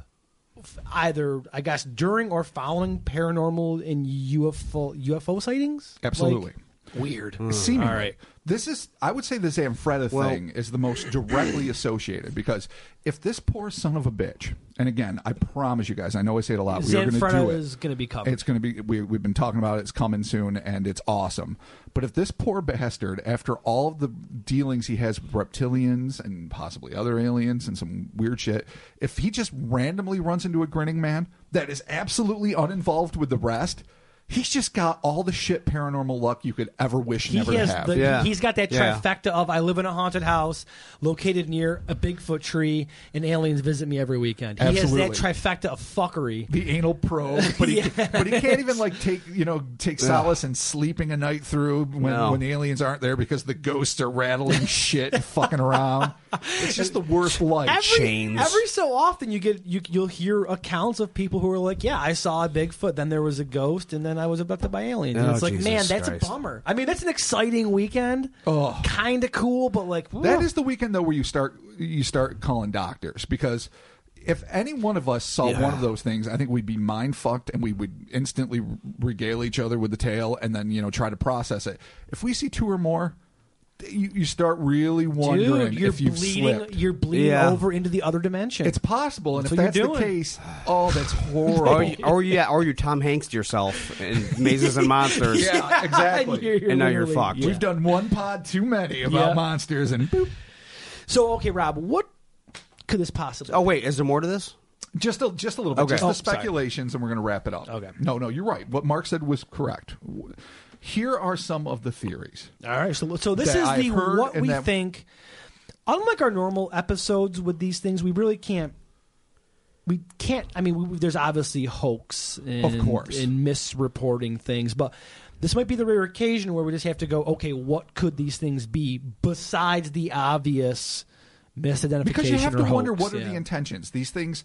Speaker 1: f- either I guess during or following paranormal and UFO UFO sightings.
Speaker 3: Absolutely.
Speaker 1: Like, weird.
Speaker 4: Hmm.
Speaker 3: Seemingly.
Speaker 1: Mm, All right.
Speaker 3: This is, I would say the Zamfretta
Speaker 4: Well-
Speaker 3: thing is the most directly associated because if this poor son of a bitch, and again, I promise you guys, I know I say it a lot, we are going to
Speaker 1: Zanfretta
Speaker 3: do it.
Speaker 1: is going to be covered.
Speaker 3: It's going to be, we, we've been talking about it, it's coming soon, and it's awesome. But if this poor bastard, after all of the dealings he has with reptilians and possibly other aliens and some weird shit, if he just randomly runs into a grinning man that is absolutely uninvolved with the rest, He's just got all the shit paranormal luck you could ever wish
Speaker 1: He
Speaker 3: never to
Speaker 1: has
Speaker 3: have.
Speaker 1: the,
Speaker 4: Yeah.
Speaker 1: he's got that
Speaker 4: Yeah.
Speaker 1: trifecta of I live in a haunted house located near a Bigfoot tree and aliens visit me every weekend. He
Speaker 3: Absolutely.
Speaker 1: has that trifecta of fuckery.
Speaker 3: the anal probe,
Speaker 1: <laughs>
Speaker 3: but he but he can't even like take you know take solace in sleeping a night through when
Speaker 4: No.
Speaker 3: when the aliens aren't there because the ghosts are rattling shit and fucking around. It's just the worst life.
Speaker 1: Every,
Speaker 4: chains.
Speaker 1: every so often you get you you'll hear accounts of people who are like, yeah, I saw a Bigfoot, then there was a ghost, and then I was abducted by aliens. And
Speaker 4: Oh,
Speaker 1: it's like,
Speaker 4: Jesus
Speaker 1: man, that's
Speaker 4: Christ.
Speaker 1: a bummer. I mean, that's an exciting weekend.
Speaker 3: Oh.
Speaker 1: kind of cool, but like whoa.
Speaker 3: That is the weekend though where you start you start calling doctors because if any one of us saw one of those things, I think we'd be mind fucked and we would instantly regale each other with the tale and then you know try to process it. If we see two or more, you, you start really wondering
Speaker 1: dude, you're
Speaker 3: if you've
Speaker 1: bleeding.
Speaker 3: slipped.
Speaker 1: You're bleeding
Speaker 4: Yeah.
Speaker 1: over into the other dimension.
Speaker 3: It's <laughs> possible, and
Speaker 1: That's
Speaker 3: if
Speaker 1: what
Speaker 3: that's
Speaker 1: you're
Speaker 3: the
Speaker 1: doing.
Speaker 3: case, <sighs>
Speaker 1: <sighs>
Speaker 3: oh, that's
Speaker 4: Or,
Speaker 3: horrible.
Speaker 4: you, or yeah, or you Tom Hanks yourself in Mazes and Monsters.
Speaker 1: <laughs>
Speaker 3: yeah, exactly.
Speaker 4: And now you're
Speaker 1: literally-
Speaker 4: fucked.
Speaker 1: yeah.
Speaker 4: We've
Speaker 3: We've done one pod too many about
Speaker 1: Yeah.
Speaker 3: monsters, and boop,
Speaker 1: So okay, Rob, what could this possibly?
Speaker 4: Oh wait, is there more to this?
Speaker 3: just a, just a little bit,
Speaker 4: Okay.
Speaker 3: just
Speaker 4: Oh,
Speaker 3: the speculations, and we're going to wrap it up.
Speaker 1: Okay.
Speaker 3: No, no, you're right. What Mark said was correct. W- Here are some of the theories.
Speaker 1: All right, so so this
Speaker 3: That
Speaker 1: is
Speaker 3: I've
Speaker 1: the
Speaker 3: heard
Speaker 1: what
Speaker 3: and
Speaker 1: we
Speaker 3: that-
Speaker 1: think. Unlike our normal episodes with these things, we really can't. We can't. I mean, we, there's obviously hoax, and,
Speaker 3: course.
Speaker 1: and misreporting things, but this might be the rare occasion where we just have to go. Okay, what could these things be besides the obvious misidentification?
Speaker 3: Because you have
Speaker 1: or
Speaker 3: to wonder
Speaker 1: hoax,
Speaker 3: what are
Speaker 1: yeah.
Speaker 3: the intentions. These things,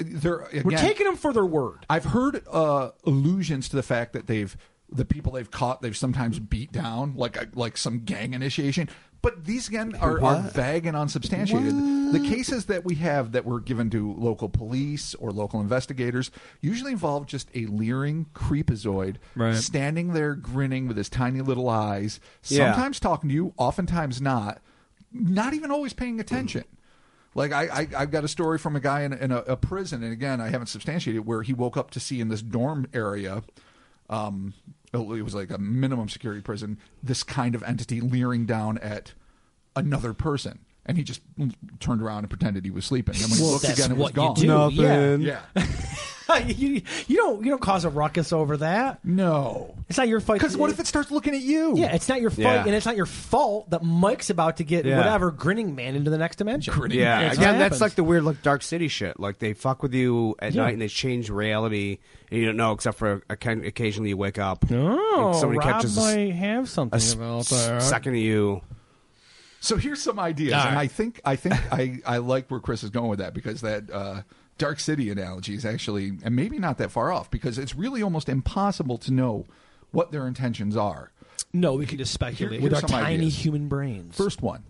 Speaker 3: they're again,
Speaker 1: We're taking them for their word.
Speaker 3: I've heard uh, allusions to the fact that they've the people they've caught they've sometimes beat down like a, like some gang initiation. But these again are, are vague and unsubstantiated. The cases that we have that were given to local police or local investigators usually involve just a leering creepazoid
Speaker 1: Right.
Speaker 3: standing there grinning with his tiny little eyes,
Speaker 4: Yeah.
Speaker 3: sometimes talking to you, oftentimes not, not even always paying attention. Like I, I, I've got a story from a guy in, in a, a prison, and again, I haven't substantiated it, where he woke up to see in this dorm area, um, it was like a minimum security prison, this kind of entity leering down at another person, and he just turned around and pretended he was sleeping. And when he
Speaker 1: Well,
Speaker 3: looked
Speaker 1: that's
Speaker 3: again, it
Speaker 1: what
Speaker 3: was
Speaker 1: you
Speaker 3: gone.
Speaker 1: do. No. Nothing. <laughs>
Speaker 3: Yeah,
Speaker 1: you, you don't you don't cause a ruckus over that.
Speaker 3: no,
Speaker 1: It's not your fight.
Speaker 3: because what if it starts looking at you?
Speaker 1: Yeah, it's not your fight,
Speaker 4: Yeah.
Speaker 1: and it's not your fault that Mike's about to get
Speaker 4: Yeah.
Speaker 1: whatever grinning man into the next dimension.
Speaker 3: Grinning
Speaker 4: Yeah,
Speaker 1: That's
Speaker 4: again,
Speaker 1: what
Speaker 4: that's
Speaker 1: happens.
Speaker 4: like the weird, like Dark City shit. Like they fuck with you at
Speaker 1: Yeah.
Speaker 4: night and they change reality, and you don't know except for a, a, occasionally you wake up.
Speaker 1: Oh,
Speaker 4: and somebody
Speaker 1: Rob
Speaker 4: catches a,
Speaker 1: might have something
Speaker 4: s-
Speaker 1: about
Speaker 4: s-
Speaker 1: that.
Speaker 4: second of you.
Speaker 3: So here's some ideas, and I think I think <laughs> I, I like where Chris is going with that because that uh, Dark City analogy is actually and maybe not that far off because it's really almost impossible to know what their intentions are.
Speaker 1: No, we could just speculate
Speaker 3: here's
Speaker 1: with our
Speaker 3: some
Speaker 1: tiny
Speaker 3: ideas.
Speaker 1: human brains.
Speaker 3: First one,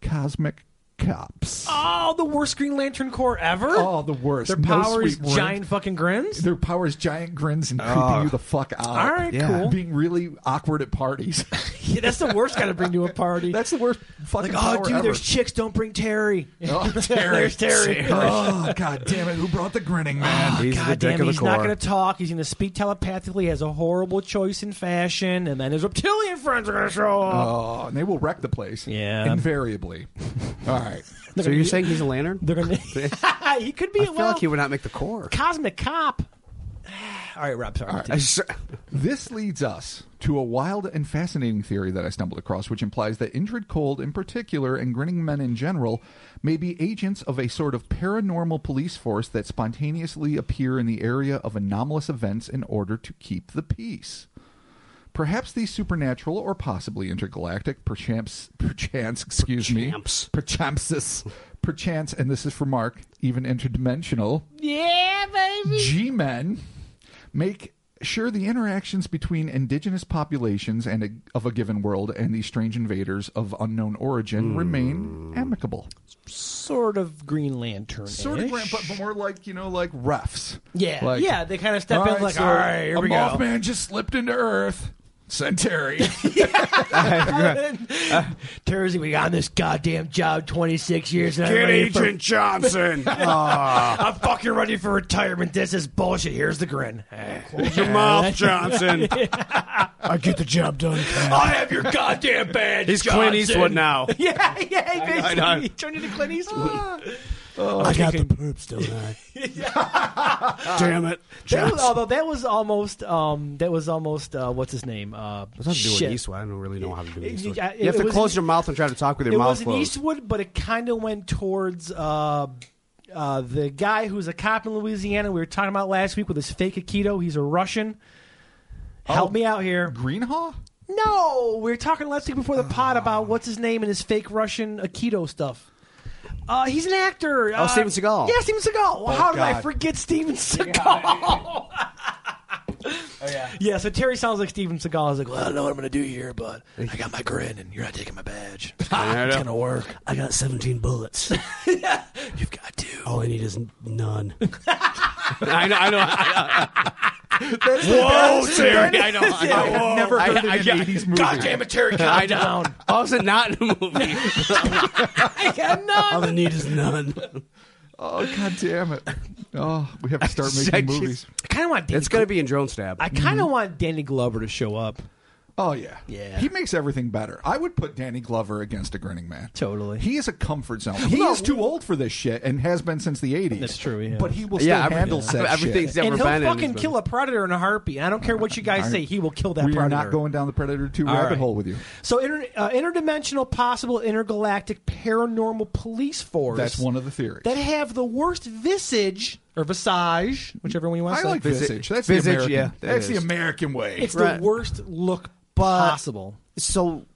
Speaker 3: cosmic cops.
Speaker 1: oh, the worst Green Lantern Corps ever.
Speaker 3: Oh, the worst.
Speaker 1: Their
Speaker 3: No
Speaker 1: power is
Speaker 3: sweet word.
Speaker 1: giant fucking grins.
Speaker 3: <laughs> Their power is giant grins and creeping you the fuck out.
Speaker 1: All right, Yeah. cool.
Speaker 3: Being really awkward at
Speaker 1: <laughs>
Speaker 3: parties. <laughs>
Speaker 1: Yeah, that's the worst kind of bring to a party.
Speaker 3: That's the worst
Speaker 1: like,
Speaker 3: fucking
Speaker 1: oh,
Speaker 3: power
Speaker 1: dude,
Speaker 3: ever.
Speaker 1: there's chicks. Don't bring Terry.
Speaker 3: Oh,
Speaker 1: <laughs>
Speaker 3: Terry.
Speaker 1: There's Terry.
Speaker 3: Oh, god damn it! Who brought the grinning
Speaker 2: Ah,
Speaker 3: man?
Speaker 4: He's the
Speaker 1: God
Speaker 4: dick
Speaker 1: damn,
Speaker 4: of the
Speaker 1: he's not
Speaker 4: core.
Speaker 1: going to talk. He's going to speak telepathically. Has a horrible choice in fashion, and then his reptilian friends are going to show up.
Speaker 3: Oh, and they will wreck the place.
Speaker 1: Yeah.
Speaker 3: Invariably. All right.
Speaker 4: So you're saying he's
Speaker 2: <laughs>
Speaker 4: a lantern?
Speaker 1: They're
Speaker 4: <laughs>
Speaker 1: going to. <laughs> he could be.
Speaker 4: I feel
Speaker 1: well,
Speaker 4: like he would not make the core. <laughs>
Speaker 1: cosmic cop. <sighs> All right, Rob. Sorry.
Speaker 4: I just-
Speaker 3: This leads us to a wild and fascinating theory that I stumbled across, which implies that Indrid Cold, in particular, and grinning men in general, may be agents of a sort of paranormal police force that spontaneously appear in the area of anomalous events in order to keep the peace. Perhaps these supernatural or possibly intergalactic, perchance, perchance, excuse
Speaker 4: Perchance.
Speaker 3: me, perchance, perchance, and this is for Mark, even interdimensional,
Speaker 1: Yeah, baby.
Speaker 3: G men make sure the interactions between indigenous populations and a, of a given world and these strange invaders of unknown origin remain amicable.
Speaker 1: Sort of Green Lantern.
Speaker 3: Sort of, grand- but but more like you know, like refs.
Speaker 1: Yeah,
Speaker 3: Like,
Speaker 1: yeah. They kind of step in like, all right, here
Speaker 3: a
Speaker 1: we go.
Speaker 3: <laughs> Mothman just slipped into Earth.
Speaker 1: <laughs>
Speaker 3: Centauri.
Speaker 1: Terzi, we got on this goddamn job 26 years. And I'm
Speaker 4: Get
Speaker 1: ready for-
Speaker 4: Agent Johnson.
Speaker 2: <laughs>
Speaker 4: Ah,
Speaker 1: I'm fucking ready for retirement. This is bullshit. Here's the grin.
Speaker 4: Close your mouth, Johnson.
Speaker 1: I get the job done. I have your goddamn badge.
Speaker 4: <laughs> He's Clint
Speaker 1: Johnson. <laughs>
Speaker 2: <laughs>
Speaker 4: Eastwood now.
Speaker 1: Yeah, yeah, basically. <laughs>
Speaker 4: know.
Speaker 1: He turned into Clint Eastwood. I got the
Speaker 2: perps, don't I? Damn it!
Speaker 1: Ah. That was, although that was almost, um, that was almost, uh, what's his name? Uh,
Speaker 2: What's up to do
Speaker 1: shit.
Speaker 2: with Eastwood? I don't really know how to do
Speaker 1: It-
Speaker 2: Eastwood.
Speaker 1: yeah, it-
Speaker 2: you have
Speaker 1: it
Speaker 2: to
Speaker 1: was
Speaker 2: close
Speaker 1: an-
Speaker 2: your mouth and try to talk with your
Speaker 1: It
Speaker 2: mouth
Speaker 1: was an
Speaker 2: closed.
Speaker 1: Eastwood, but it kind of went towards uh, uh, the guy who's a cop in Louisiana we were talking about last week with his fake Aikido. He's a Russian. Help
Speaker 3: Oh.
Speaker 1: me out here.
Speaker 3: Greenhaw?
Speaker 1: No, we were talking last week before the
Speaker 2: Ah.
Speaker 1: pod about what's his name and his fake Russian Aikido stuff. Uh, he's an actor. Oh, uh,
Speaker 2: Steven Seagal. Oh,
Speaker 1: Yeah, Steven Seagal. How did I
Speaker 3: God.
Speaker 1: forget
Speaker 2: <laughs>
Speaker 1: Steven Seagal?
Speaker 2: Oh,
Speaker 1: Yeah, so Terry sounds like Steven Seagal. He's like, well, I don't know what I'm going to do here, but I got my grin, and you're not taking my
Speaker 2: <laughs>
Speaker 1: badge. It's going to work.
Speaker 5: I got 17
Speaker 1: <laughs>
Speaker 5: bullets.
Speaker 1: You've got to.
Speaker 5: All I need is none.
Speaker 2: I know. I know.
Speaker 1: Whoa,
Speaker 2: Terry, I know, I know.
Speaker 3: I've never heard of an 80s movie.
Speaker 1: God damn it, Terry, calm down.
Speaker 2: I was not in the movie.
Speaker 1: <laughs> I got none.
Speaker 2: <laughs>
Speaker 5: All I need is none.
Speaker 3: Oh, god damn it. Oh, we have
Speaker 1: <laughs>
Speaker 3: to start
Speaker 2: I
Speaker 3: making
Speaker 2: just-
Speaker 3: movies.
Speaker 1: I kind of want Danny
Speaker 2: It's gonna Mm-hmm. be in Drone Stab.
Speaker 1: I kind of want Danny Glover to show up.
Speaker 3: Oh yeah,
Speaker 1: Yeah.
Speaker 3: He makes everything better. I would put Danny Glover against a grinning man.
Speaker 1: Totally.
Speaker 3: He is a comfort zone. He
Speaker 2: No.
Speaker 3: is too old for this shit and has been since the eighties.
Speaker 1: That's true, yeah.
Speaker 3: But he will still
Speaker 2: yeah, every-
Speaker 3: handle said
Speaker 2: everything's
Speaker 3: shit.
Speaker 2: ever
Speaker 1: and he'll
Speaker 2: been in
Speaker 1: fucking
Speaker 2: this
Speaker 1: kill a predator in a heartbeat. I don't care what you guys say. He will kill that
Speaker 3: we
Speaker 1: predator.
Speaker 3: are not going down the Predator Two
Speaker 1: All
Speaker 3: rabbit
Speaker 1: right.
Speaker 3: hole with you.
Speaker 1: So inter- uh, interdimensional, possible intergalactic paranormal police force.
Speaker 3: That's one of the theories.
Speaker 1: that have the worst visage or visage, whichever one you want
Speaker 3: I
Speaker 1: to say.
Speaker 3: like
Speaker 2: Visi-
Speaker 3: visage. That's
Speaker 2: visage,
Speaker 3: the American.
Speaker 2: yeah, that
Speaker 3: that's the
Speaker 2: is.
Speaker 3: American way.
Speaker 1: it's
Speaker 2: Right.
Speaker 1: the worst look
Speaker 2: But-
Speaker 1: possible.
Speaker 2: so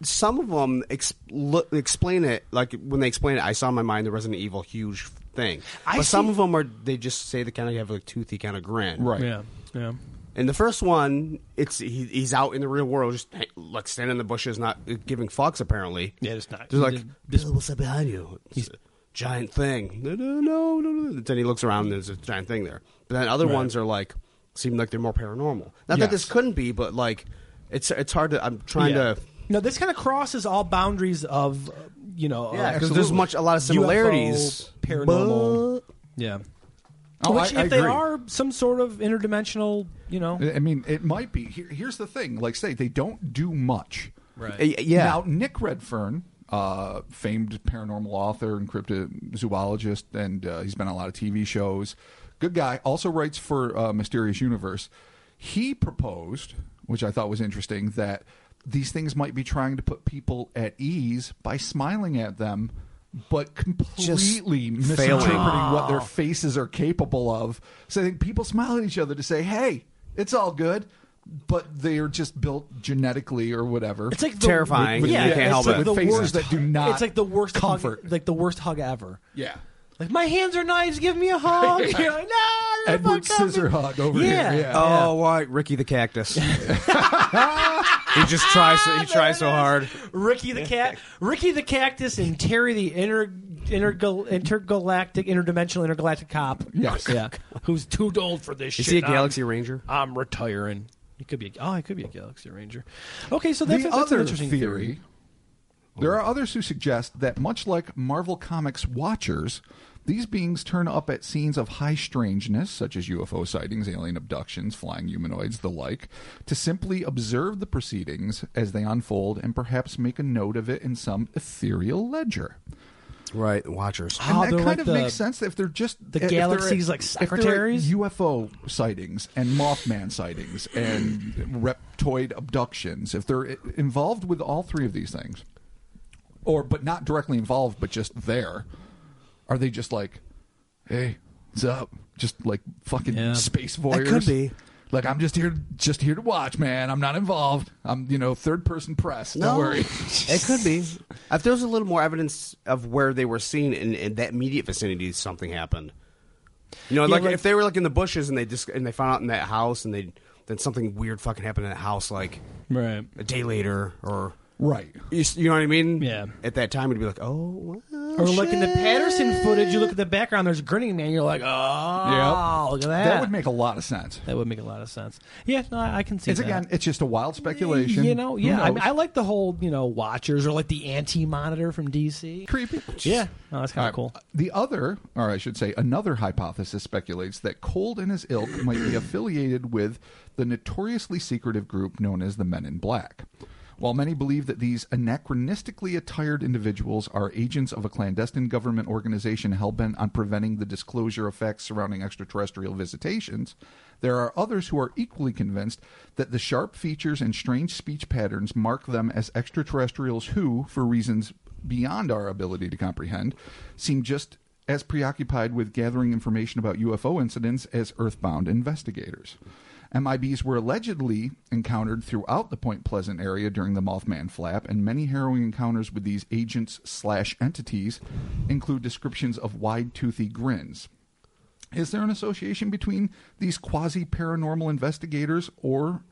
Speaker 2: some of them ex- lo- explain it like when they explain it i saw in my mind the resident evil huge thing
Speaker 1: I
Speaker 2: but some
Speaker 1: see-
Speaker 2: of them are they just say they kind of have a toothy kind of grin
Speaker 3: right.
Speaker 1: yeah.
Speaker 2: and the first one it's he, he's out in the real world just like standing in the bushes not giving fucks apparently
Speaker 1: Yeah, it's not-
Speaker 2: They're like
Speaker 5: Bill, what's up behind you?
Speaker 2: he's giant thing no no no no no then he looks around and there's a giant thing there but then other ones are like seem like they're more paranormal not that
Speaker 3: Yes.
Speaker 2: this couldn't be but like it's it's hard to i'm trying to
Speaker 1: No, this kind of crosses all boundaries of, uh, you know, uh,
Speaker 2: Yeah, because there's
Speaker 3: absolutely.
Speaker 2: much a lot of similarities.
Speaker 1: UFO, paranormal. Yeah.
Speaker 3: Oh,
Speaker 1: Which,
Speaker 3: I- I
Speaker 1: if they
Speaker 3: agree.
Speaker 1: are some sort of interdimensional, you know,
Speaker 3: I mean, it might be. Here, here's the thing. Like, say they don't do much.
Speaker 2: Y- uh, Yeah.
Speaker 3: Now, Nick Redfern, uh, famed paranormal author and cryptozoologist, and uh, he's been on a lot of TV shows. Good guy. Also writes for uh, Mysterious Universe. He proposed, which I thought was interesting, that these things might be trying to put people at ease by smiling at them, but completely misinterpreting what their faces are capable of. So I think people smile at each other to say, "Hey, it's all good." But they are just built genetically or whatever.
Speaker 1: it's like the,
Speaker 2: Terrifying.
Speaker 1: Yeah,
Speaker 2: You can't
Speaker 1: it's
Speaker 2: help
Speaker 1: like
Speaker 2: it.
Speaker 1: the
Speaker 3: Faces
Speaker 1: worst
Speaker 3: that do not
Speaker 1: It's like the worst
Speaker 3: comfort.
Speaker 1: hug, like the worst hug ever.
Speaker 3: yeah.
Speaker 1: Like my hands are knives, give
Speaker 3: <laughs>
Speaker 1: me a hug. You're like, no, you're
Speaker 3: Edward
Speaker 1: fucked up."
Speaker 3: Scissorhug over
Speaker 1: yeah.
Speaker 3: here. Yeah.
Speaker 4: Oh, right, Ricky the cactus. he just
Speaker 1: <laughs>
Speaker 4: tries. So,
Speaker 1: Ah,
Speaker 4: he tries so hard.
Speaker 1: Ricky the cat, Ricky the cactus, and Terry the inter, intergal, intergalactic, interdimensional, intergalactic cop.
Speaker 3: Yes.
Speaker 1: yeah, <laughs> who's too old for this
Speaker 2: Is
Speaker 1: shit.
Speaker 2: he a Galaxy Ranger?
Speaker 1: I'm, I'm retiring. He could be. A, oh, he could be a galaxy ranger. Okay, so that's,
Speaker 3: the
Speaker 1: that's an
Speaker 3: other
Speaker 1: interesting
Speaker 3: theory, There are others who suggest that, much like Marvel Comics watchers, these beings turn up at scenes of high strangeness, such as UFO sightings, alien abductions, flying humanoids, the like, to simply observe the proceedings as they unfold and perhaps make a note of it in some ethereal ledger.
Speaker 2: Right, Watchers.
Speaker 1: Oh,
Speaker 3: and
Speaker 1: they're
Speaker 3: that kind
Speaker 1: like
Speaker 3: of
Speaker 1: the-
Speaker 3: makes sense if they're just
Speaker 1: the
Speaker 3: if they're at-
Speaker 1: galaxy's, like,
Speaker 3: if they're at
Speaker 1: secretaries?
Speaker 3: UFO sightings and Mothman sightings and reptoid abductions. If they're i- involved with all three of these things, or but not directly involved, but just there, are they just like, hey, what's up? Just like fucking
Speaker 1: Yeah.
Speaker 3: space voyeurs.
Speaker 2: could be.
Speaker 3: Like I'm just here, just here to watch, man. I'm not involved. I'm, you know, third person press. Don't
Speaker 2: <laughs>
Speaker 3: worry. <laughs>
Speaker 2: it could be. If there was a little more evidence of where they were seen in, in that immediate vicinity, something happened. You know, like,
Speaker 1: like-
Speaker 2: if they were like in the bushes and they just and they found out in that house and they then something weird fucking happened in that house like
Speaker 1: theory. Right.
Speaker 2: a day later or
Speaker 3: right.
Speaker 2: you, s- you know what I mean?
Speaker 1: Yeah.
Speaker 2: At that time, it'd be like, oh, well,
Speaker 1: Or like in the Patterson footage, you look at the background. There's grinning man. You're like, oh, look at that.
Speaker 3: That would make a lot of sense.
Speaker 1: that would make a lot of sense. Yeah, no, I, I can see.
Speaker 3: It's
Speaker 1: that.
Speaker 3: again, it's just a wild speculation.
Speaker 1: You know,
Speaker 3: Who
Speaker 1: yeah. I, mean,
Speaker 3: knows?
Speaker 1: I like the whole, you know, Watchers or like the anti monitor from DC.
Speaker 3: creepy.
Speaker 1: Yeah, no, that's kind
Speaker 3: All
Speaker 1: of cool.
Speaker 3: right. The other, or I should say, another hypothesis speculates that Cold and his ilk might be affiliated with the notoriously secretive group known as the Men in Black. While many believe that these anachronistically attired individuals are agents of a clandestine government organization hell-bent on preventing the disclosure of facts surrounding extraterrestrial visitations, there are others who are equally convinced that the sharp features and strange speech patterns mark them as extraterrestrials who, for reasons beyond our ability to comprehend, seem just as preoccupied with gathering information about UFO incidents as earthbound investigators. MIBs were allegedly encountered throughout the Point Pleasant area during the Mothman flap, and many harrowing encounters with these agents slash entities include descriptions of wide toothy grins. Is there an association between these quasi paranormal investigators or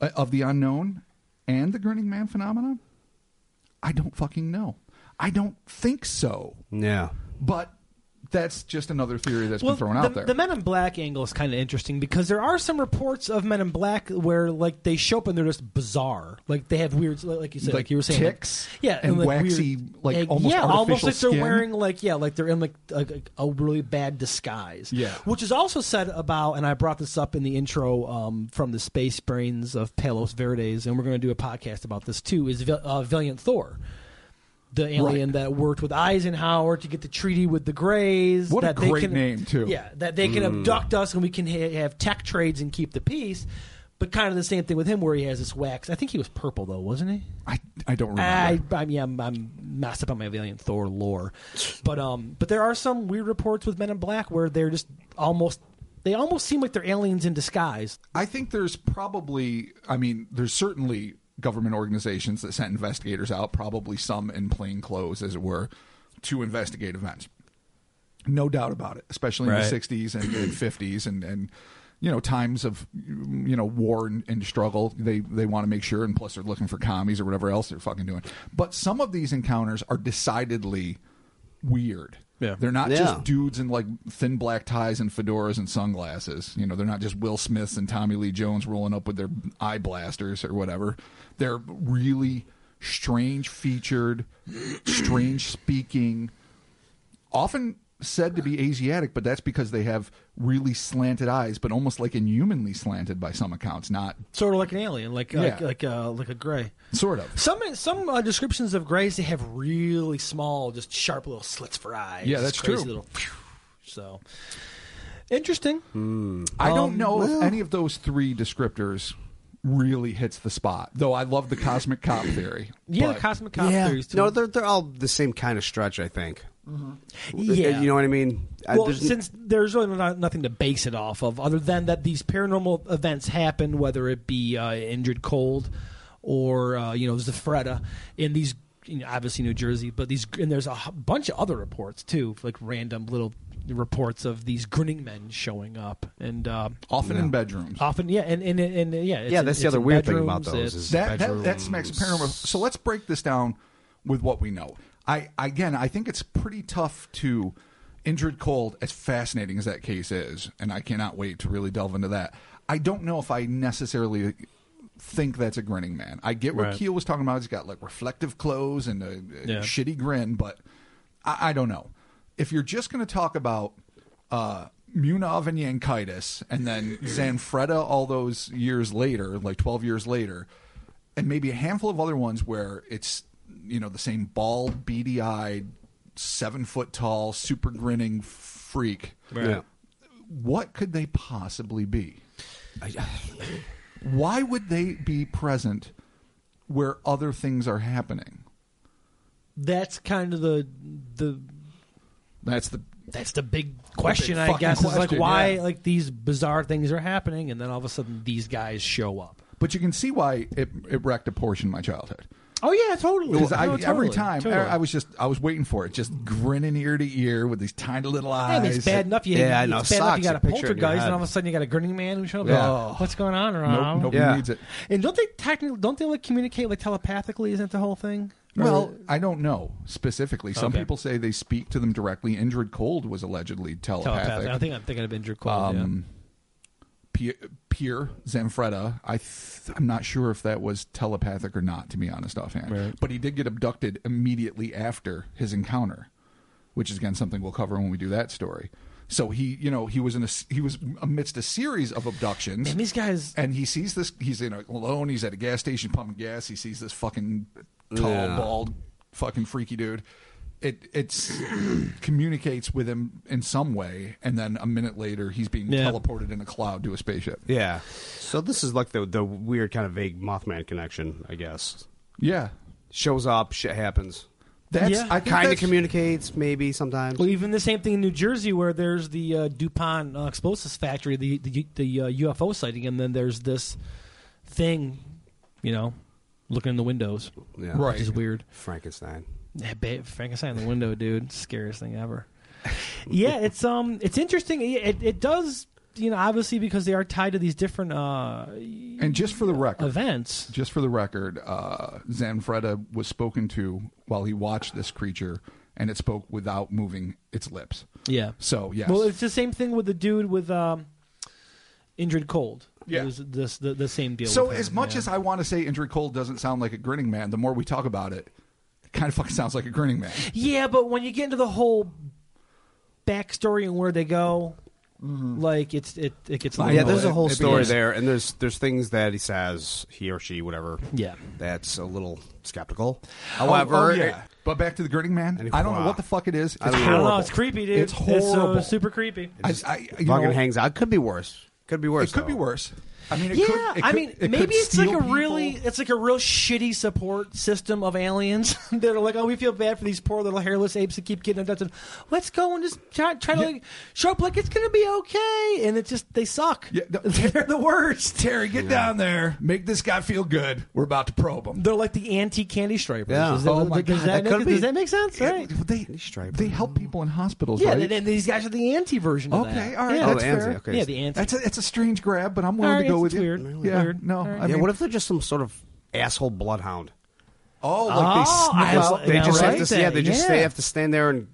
Speaker 3: uh, of the unknown and the grinning man phenomenon? I don't fucking know. I don't think so.
Speaker 2: Yeah.
Speaker 3: But that's just another theory that's been thrown
Speaker 1: the,
Speaker 3: out there.
Speaker 1: the Men in Black angle is kind of interesting because there are some reports of Men in Black where like they show up and they're just bizarre, like they have weird, like, like you said, like,
Speaker 3: Like
Speaker 1: you were saying, like-
Speaker 3: ticks
Speaker 1: yeah,
Speaker 3: and
Speaker 1: like
Speaker 3: waxy,
Speaker 1: weird-
Speaker 3: like,
Speaker 1: eh,
Speaker 3: almost
Speaker 1: yeah, almost
Speaker 3: artificial
Speaker 1: like they're
Speaker 3: skin.
Speaker 1: wearing like yeah, like they're in like a, a a really bad disguise.
Speaker 3: Yeah.
Speaker 1: which is also said about, and I brought this up in the intro um, from the Space Brains of Palos Verdes, and we're going to do a podcast about this too. Is Vil- uh, Valiant Thor? The alien that worked with Eisenhower to get the treaty with the Greys.
Speaker 3: What a
Speaker 1: that they
Speaker 3: great
Speaker 1: can-
Speaker 3: name, too. Mm.
Speaker 1: Yeah, that they can abduct us and we can ha- have tech trades and keep the peace. But kind of the same thing with him, where he has this wax. I think he was purple though, wasn't he?
Speaker 3: I, I don't remember.
Speaker 1: I, I mean, I'm, I'm messed up on my Valiant Thor lore, but um, but there are some weird reports with Men in Black where they're just almost they almost seem like they're aliens in disguise.
Speaker 3: I think there's probably, I mean, there's certainly government organizations that sent investigators out, probably some in plain clothes, as it were, to investigate events. No doubt about it, especially in
Speaker 1: Right.
Speaker 3: the 60s and, and 50s and, and, you know, times of, you know, war and, and struggle. They, they want to make sure, and plus they're looking for commies or whatever else they're fucking doing. But some of these encounters are decidedly weird.
Speaker 1: Yeah.
Speaker 3: They're not
Speaker 2: Yeah.
Speaker 3: just dudes in like thin black ties and fedoras and sunglasses. You know, they're not just Will Smiths and Tommy Lee Jones rolling up with their eye blasters or whatever. They're really strange featured, strange speaking, often said to be Asiatic, but that's because they have really slanted eyes, but almost like inhumanly slanted by some accounts, not
Speaker 1: Sort of like an alien, like like
Speaker 3: Yeah.
Speaker 1: like, uh, like a gray.
Speaker 3: sort of.
Speaker 1: Some some uh, descriptions of grays they have really small, just sharp little slits for eyes.
Speaker 3: Yeah,
Speaker 1: Just
Speaker 3: that's
Speaker 1: crazy
Speaker 3: true.
Speaker 1: Little, phew. so interesting.
Speaker 3: Hmm. I don't
Speaker 1: Um,
Speaker 3: know if any of those three descriptors really hits the spot. Though I love the cosmic cop theory.
Speaker 1: Yeah, the
Speaker 3: but-
Speaker 1: cosmic cop
Speaker 2: yeah.
Speaker 1: theories. Too.
Speaker 2: No, they're they're all the same kind of stretch. I think.
Speaker 1: Yeah.
Speaker 2: uh, You know what I mean? I-
Speaker 1: well,
Speaker 2: there's-
Speaker 1: since there's really not, nothing to base it off of, other than that these paranormal events happen, whether it be uh, Injured Cold or uh, you know Zafreda in these you know, obviously New Jersey, but these and there's a h- bunch of other reports too, like random little reports of these grinning men showing up and uh,
Speaker 3: often in bedrooms.
Speaker 1: often yeah and and, and, and yeah it's
Speaker 2: yeah,
Speaker 1: in-
Speaker 2: that's the
Speaker 1: it's
Speaker 2: other
Speaker 1: in
Speaker 2: weird thing about
Speaker 1: bedrooms, it's-
Speaker 2: those. Is
Speaker 3: that, that that
Speaker 2: bedrooms.
Speaker 3: smacks of paranormal. So let's break this down with what we know. I again, I think it's pretty tough to injured cold as fascinating as that case is, and I cannot wait to really delve into that. I don't know if I necessarily think that's a grinning man. I get what
Speaker 1: Right.
Speaker 3: Keel was talking about. He's got like reflective clothes and a, a
Speaker 1: Yeah.
Speaker 3: shitty grin, but I, I don't know. If you're just going to talk about uh, Munov and Yankitis and then Zanfretta all those years later, like 12 years later, and maybe a handful of other ones where it's, you know, the same bald, beady eyed, seven foot tall, super grinning freak,
Speaker 2: Yeah.
Speaker 3: what could they possibly be? why would they be present where other things are happening?
Speaker 1: that's kind of the the
Speaker 3: That's the
Speaker 1: that's the big question, I
Speaker 3: fucking
Speaker 1: guess. is like
Speaker 3: question,
Speaker 1: why
Speaker 3: yeah.
Speaker 1: like these bizarre things are happening, and then all of a sudden these guys show up.
Speaker 3: but you can see why it it wrecked a portion of my childhood.
Speaker 1: Oh yeah, totally.
Speaker 3: Because I, every
Speaker 2: er,
Speaker 3: time I, I was just I was waiting for it, just grinning ear to ear with these tiny little eyes.
Speaker 1: I mean, it's bad enough you,
Speaker 2: Yeah, I
Speaker 1: it's
Speaker 2: know.
Speaker 1: bad enough
Speaker 2: Sucks.
Speaker 1: you got a
Speaker 2: You picture it in your
Speaker 1: poltergeist, and
Speaker 2: head.
Speaker 1: all of a sudden you got a grinning man who showed up.
Speaker 3: Yeah.
Speaker 1: Oh, what's going on
Speaker 3: Nope,
Speaker 1: around?
Speaker 3: nobody
Speaker 2: Yeah.
Speaker 3: needs it.
Speaker 1: And don't they technically don't they like communicate like telepathically? Isn't the whole thing?
Speaker 3: Well, I don't know specifically. Some
Speaker 1: Okay.
Speaker 3: people say they speak to them directly. Indrid Cold was allegedly telepathic.
Speaker 1: telepathic. I think I'm thinking of Andrew Cole.
Speaker 3: Um, Pier, Pier Zanfretta, I th- I'm not sure if that was telepathic or not, to be honest offhand. But he did get abducted immediately after his encounter, which is again something we'll cover when we do that story. So he, you know, he was in a s- he was amidst a series of abductions.
Speaker 1: Man, these guys-
Speaker 3: And he sees this. He's in a, alone. He's at a gas station pumping gas. He sees this fucking tall,
Speaker 2: Yeah.
Speaker 3: bald, fucking freaky dude. It it's <clears throat> communicates with him in some way, and then a minute later, he's being
Speaker 1: Yeah.
Speaker 3: teleported in a cloud to a spaceship.
Speaker 2: Yeah. So this is like the the weird kind of vague Mothman connection, I guess.
Speaker 3: Yeah,
Speaker 2: Shows up, shit happens.
Speaker 3: that's
Speaker 1: Yeah.
Speaker 3: I think
Speaker 2: Kind of
Speaker 3: that's-
Speaker 2: communicates, maybe sometimes.
Speaker 1: Well, even the same thing in New Jersey, where there's the uh, DuPont uh, explosives factory, the the, the uh, UFO sighting, and then there's this thing, you know, looking in the windows,
Speaker 2: Yeah.
Speaker 1: which is
Speaker 3: right.
Speaker 1: weird.
Speaker 2: Frankenstein.
Speaker 1: Yeah, ba- Frankenstein in the window, dude, scariest thing ever. yeah, it's um, it's interesting. It, it, it does, you know, obviously because they are tied to these different uh,
Speaker 3: And just for the record,
Speaker 1: events.
Speaker 3: just for the record, uh, Zanfretta was spoken to while he watched this creature, and it spoke without moving its lips.
Speaker 1: Yeah.
Speaker 3: So yes,
Speaker 1: Well, it's the same thing with the dude with um, Indrid Cold.
Speaker 3: Yeah.
Speaker 1: It was this the, the same deal.
Speaker 3: so
Speaker 1: with him,
Speaker 3: as much
Speaker 1: yeah.
Speaker 3: as I want to say Andrew Cole doesn't sound like a grinning man, the more we talk about it, it kind of fucking sounds like a grinning man.
Speaker 1: Yeah, but when you get into the whole backstory and where they go,
Speaker 3: Mm-hmm.
Speaker 1: like it's it it gets a
Speaker 3: I
Speaker 1: little
Speaker 2: yeah,
Speaker 3: know,
Speaker 2: there's a
Speaker 3: it-
Speaker 2: whole
Speaker 3: it
Speaker 2: story
Speaker 3: begins-
Speaker 2: there, and there's there's things that he says, he or she, whatever.
Speaker 1: Yeah.
Speaker 2: That's a little skeptical.
Speaker 3: Oh,
Speaker 2: <laughs> However,
Speaker 3: oh, yeah. but back to the grinning man.
Speaker 2: And-
Speaker 3: I don't know
Speaker 2: wow.
Speaker 3: what the fuck it is. It's
Speaker 2: I don't know.
Speaker 1: I don't
Speaker 3: horrible.
Speaker 1: know. It's creepy, dude.
Speaker 3: It's
Speaker 1: uh,
Speaker 3: horrible.
Speaker 1: super creepy.
Speaker 3: I, I, you
Speaker 2: it fucking
Speaker 3: know,
Speaker 2: hangs out. Could be worse. Could be worse.
Speaker 3: It could be
Speaker 2: though.
Speaker 3: worse. I mean, it
Speaker 1: yeah,
Speaker 3: could, it
Speaker 1: I
Speaker 3: could-
Speaker 1: mean,
Speaker 3: it could
Speaker 1: maybe it's like a
Speaker 3: steal people.
Speaker 1: really, it's like a real shitty support system of aliens <laughs> that are like, oh, we feel bad for these poor little hairless apes that keep getting abducted. Let's go and just try, try to
Speaker 3: Yeah.
Speaker 1: like show up like it's gonna be okay, and it just they suck.
Speaker 3: Yeah, no,
Speaker 1: <laughs> they're the worst.
Speaker 3: Terry, get down there. Make this guy feel good. We're about to probe him.
Speaker 1: They're like the anti candy stripers.
Speaker 2: Yeah.
Speaker 1: Is that-
Speaker 3: Oh my
Speaker 1: does
Speaker 3: God,
Speaker 1: that,
Speaker 3: that
Speaker 1: make,
Speaker 2: could be-
Speaker 1: does that make sense?
Speaker 3: Yeah,
Speaker 1: right.
Speaker 3: they, they help people in hospitals,
Speaker 1: Yeah,
Speaker 3: right?
Speaker 1: and, and these guys are the anti version. of
Speaker 3: Okay,
Speaker 1: that.
Speaker 3: all right,
Speaker 1: Yeah,
Speaker 3: Oh,
Speaker 1: that's
Speaker 2: the anti,
Speaker 1: fair.
Speaker 2: okay.
Speaker 1: Yeah, the anti.
Speaker 3: That's a, that's a strange grab, but I'm willing
Speaker 1: All
Speaker 3: to
Speaker 1: right,
Speaker 3: go
Speaker 1: it's
Speaker 3: with you.
Speaker 1: weird. Really
Speaker 3: Yeah,
Speaker 1: weird.
Speaker 3: no,
Speaker 1: All right.
Speaker 3: I
Speaker 2: Yeah,
Speaker 3: mean,
Speaker 2: what if they're just some sort of asshole bloodhound?
Speaker 3: oh,
Speaker 1: Oh,
Speaker 3: like they
Speaker 1: I
Speaker 3: sniff
Speaker 1: was
Speaker 3: out
Speaker 1: like-
Speaker 2: They
Speaker 1: Yeah,
Speaker 2: just
Speaker 1: right
Speaker 2: have to,
Speaker 1: then,
Speaker 2: yeah, they just
Speaker 1: yeah.
Speaker 2: they have to stand there and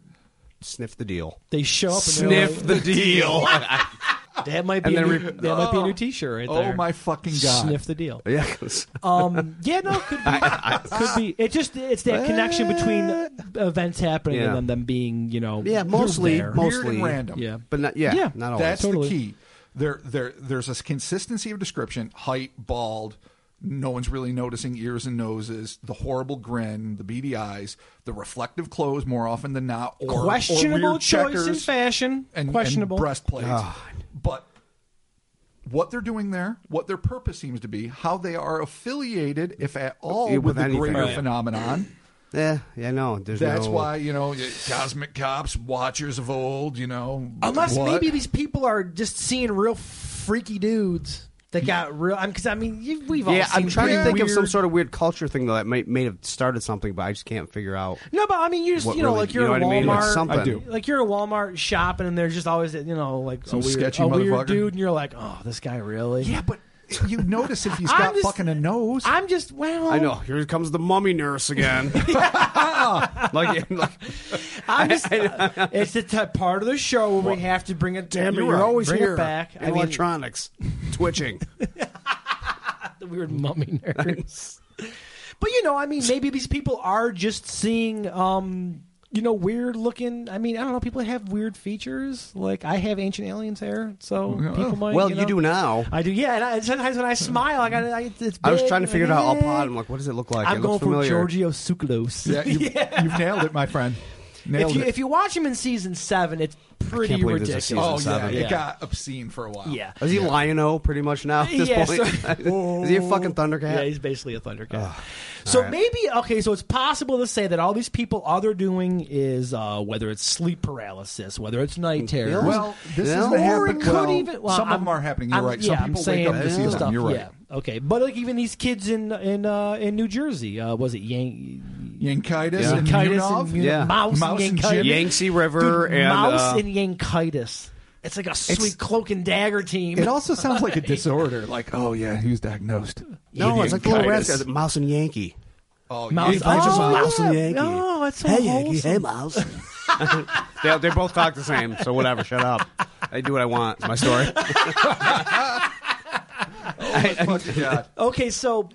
Speaker 2: sniff the deal.
Speaker 1: They show up and they're
Speaker 2: Sniff the deal.
Speaker 1: like, <laughs> that might be
Speaker 2: and
Speaker 1: a
Speaker 2: then
Speaker 1: new,
Speaker 2: re-
Speaker 1: that might be a new T-shirt right
Speaker 3: Oh
Speaker 1: there.
Speaker 3: my fucking god!
Speaker 1: Sniff the
Speaker 2: <laughs>
Speaker 1: deal.
Speaker 2: <laughs> yeah, 'cause-
Speaker 1: <laughs> Um, yeah, no, could
Speaker 2: <laughs>
Speaker 1: be, could be. It just it's that connection between events happening
Speaker 2: Eh. Yeah.
Speaker 1: and then them being, you know,
Speaker 2: yeah, mostly,
Speaker 1: there.
Speaker 3: mo-
Speaker 2: mostly
Speaker 3: and random.
Speaker 1: yeah,
Speaker 2: but not yeah,
Speaker 1: Yeah,
Speaker 2: not always.
Speaker 3: Oh, That's
Speaker 1: Totally.
Speaker 3: the key. There, there, there's this consistency of description: height, bald. No one's really noticing ears and noses, the horrible grin, the beady eyes, the reflective clothes more often than not, or or
Speaker 1: questionable
Speaker 3: weird
Speaker 1: choice in
Speaker 3: checkers.
Speaker 1: fashion,
Speaker 3: and,
Speaker 1: questionable.
Speaker 3: and breastplates.
Speaker 2: Ah.
Speaker 3: But what they're doing there, what their purpose seems to be, how they are affiliated, if at all,
Speaker 2: Yeah,
Speaker 3: with,
Speaker 2: with
Speaker 3: the
Speaker 2: anything.
Speaker 3: greater
Speaker 2: Right.
Speaker 3: phenomenon.
Speaker 2: yeah, yeah, no, there's
Speaker 3: That's
Speaker 2: no-
Speaker 3: why you know cosmic cops, watchers of old. You know,
Speaker 1: Unless
Speaker 3: what?
Speaker 1: maybe these people are just seeing real freaky dudes that got real. Because I mean, you, we've all
Speaker 2: Yeah,
Speaker 1: seen
Speaker 2: I'm trying to
Speaker 1: weird-
Speaker 2: think of some sort of weird culture thing though that might may have started something, but I just can't figure out.
Speaker 1: No, but I mean, you just
Speaker 2: What
Speaker 1: you know,
Speaker 2: really-
Speaker 1: like you're
Speaker 2: you know
Speaker 1: at
Speaker 2: what I mean? Like
Speaker 1: Walmart.
Speaker 2: something.
Speaker 3: I do.
Speaker 1: Like you're at Walmart shopping, and there's just always you know like
Speaker 3: Some
Speaker 1: a weird,
Speaker 3: sketchy
Speaker 1: a weird
Speaker 3: motherfucker.
Speaker 1: dude, and you're like, oh, this guy really?
Speaker 3: yeah, but you notice if he's
Speaker 1: <laughs> I'm
Speaker 3: got
Speaker 1: just-
Speaker 3: fucking a nose.
Speaker 1: I'm just well.
Speaker 2: I know. Here comes the mummy nurse <laughs> again. <laughs> like, like
Speaker 1: I'm
Speaker 2: <laughs>
Speaker 1: just. <laughs> it's the t- part of the show where we have to bring it.
Speaker 2: damn it,
Speaker 1: you're
Speaker 2: you're
Speaker 1: right,
Speaker 2: always
Speaker 1: bring
Speaker 2: here.
Speaker 1: It back. I mean,
Speaker 2: Electronics, <laughs> twitching.
Speaker 1: the weird
Speaker 2: <laughs>
Speaker 1: mummy nerds. but you know, I mean, maybe these people are just seeing. um you know, weird looking. I mean, I don't know. People have weird features. Like I have ancient aliens hair, so people might.
Speaker 2: Oh, Well,
Speaker 1: you,
Speaker 2: you,
Speaker 1: know,
Speaker 2: do now.
Speaker 1: I do, yeah. And I, sometimes when I smile, I got it's. it's
Speaker 2: I was
Speaker 1: big,
Speaker 2: trying to
Speaker 1: and
Speaker 2: figure it out. I'll
Speaker 1: big.
Speaker 2: pod. I'm like, what does it look like?
Speaker 1: I'm
Speaker 2: it
Speaker 1: going
Speaker 2: looks familiar.
Speaker 1: for Giorgio Tsoukalos.
Speaker 3: <laughs> yeah, you, have nailed it, my friend. Nailed
Speaker 1: If you
Speaker 3: it.
Speaker 1: if you watch him in season seven, it's pretty
Speaker 2: believe there's a
Speaker 1: ridiculous.
Speaker 2: season
Speaker 3: oh yeah,
Speaker 2: seven.
Speaker 1: Yeah.
Speaker 3: it got obsane for a while.
Speaker 1: Yeah.
Speaker 2: Is he Lion-O pretty much now at this
Speaker 1: Yeah,
Speaker 2: point?
Speaker 1: so-
Speaker 2: <laughs> Is he a fucking Thundercat?
Speaker 1: Yeah, he's basically a Thundercat. so maybe okay, so it's possible to say that all these people all they're doing is uh, whether it's sleep paralysis, whether it's night terrors.
Speaker 3: Mm. Well, this
Speaker 2: Yeah.
Speaker 3: is
Speaker 2: Or
Speaker 3: what
Speaker 2: it
Speaker 3: happened.
Speaker 1: could
Speaker 3: well,
Speaker 1: even- well,
Speaker 3: some
Speaker 1: I'm-
Speaker 3: of them are happening. You're
Speaker 1: I'm-
Speaker 3: right. Some
Speaker 1: yeah, I'm
Speaker 3: people
Speaker 1: saying
Speaker 3: wake up to see
Speaker 1: stuff,
Speaker 3: them. You're right.
Speaker 1: Yeah. Okay, but like even these kids in in uh, in New Jersey, uh, was it Yang?
Speaker 3: Yankitis and
Speaker 1: Yankitis
Speaker 3: Munov?
Speaker 1: and, Munov-
Speaker 2: Yeah.
Speaker 1: Mouse,
Speaker 3: Mouse
Speaker 1: and
Speaker 3: and
Speaker 1: Yankitis.
Speaker 3: Jimmy?
Speaker 2: Yangtze River
Speaker 1: Dude,
Speaker 2: and
Speaker 1: Mouse
Speaker 2: uh,
Speaker 1: and Yankitis. It's like a sweet cloak and dagger team.
Speaker 3: It also sounds like a disorder. Like, oh yeah, he was diagnosed.
Speaker 2: no,
Speaker 3: with
Speaker 2: it's like the little
Speaker 3: Yankitis.
Speaker 2: rascal, Mouse and Yankee.
Speaker 3: Oh,
Speaker 1: Mouse.
Speaker 3: yeah,
Speaker 1: Oh,
Speaker 5: Bunch of Mouse
Speaker 1: yeah.
Speaker 5: and Yankee.
Speaker 1: Oh, that's so
Speaker 5: hey, Yankee.
Speaker 1: wholesome.
Speaker 5: Hey, Mouse.
Speaker 1: <laughs>
Speaker 2: They, they both talk the same, so whatever. Shut up. I do what I want. It's my story.
Speaker 3: fucking God.
Speaker 1: Okay, so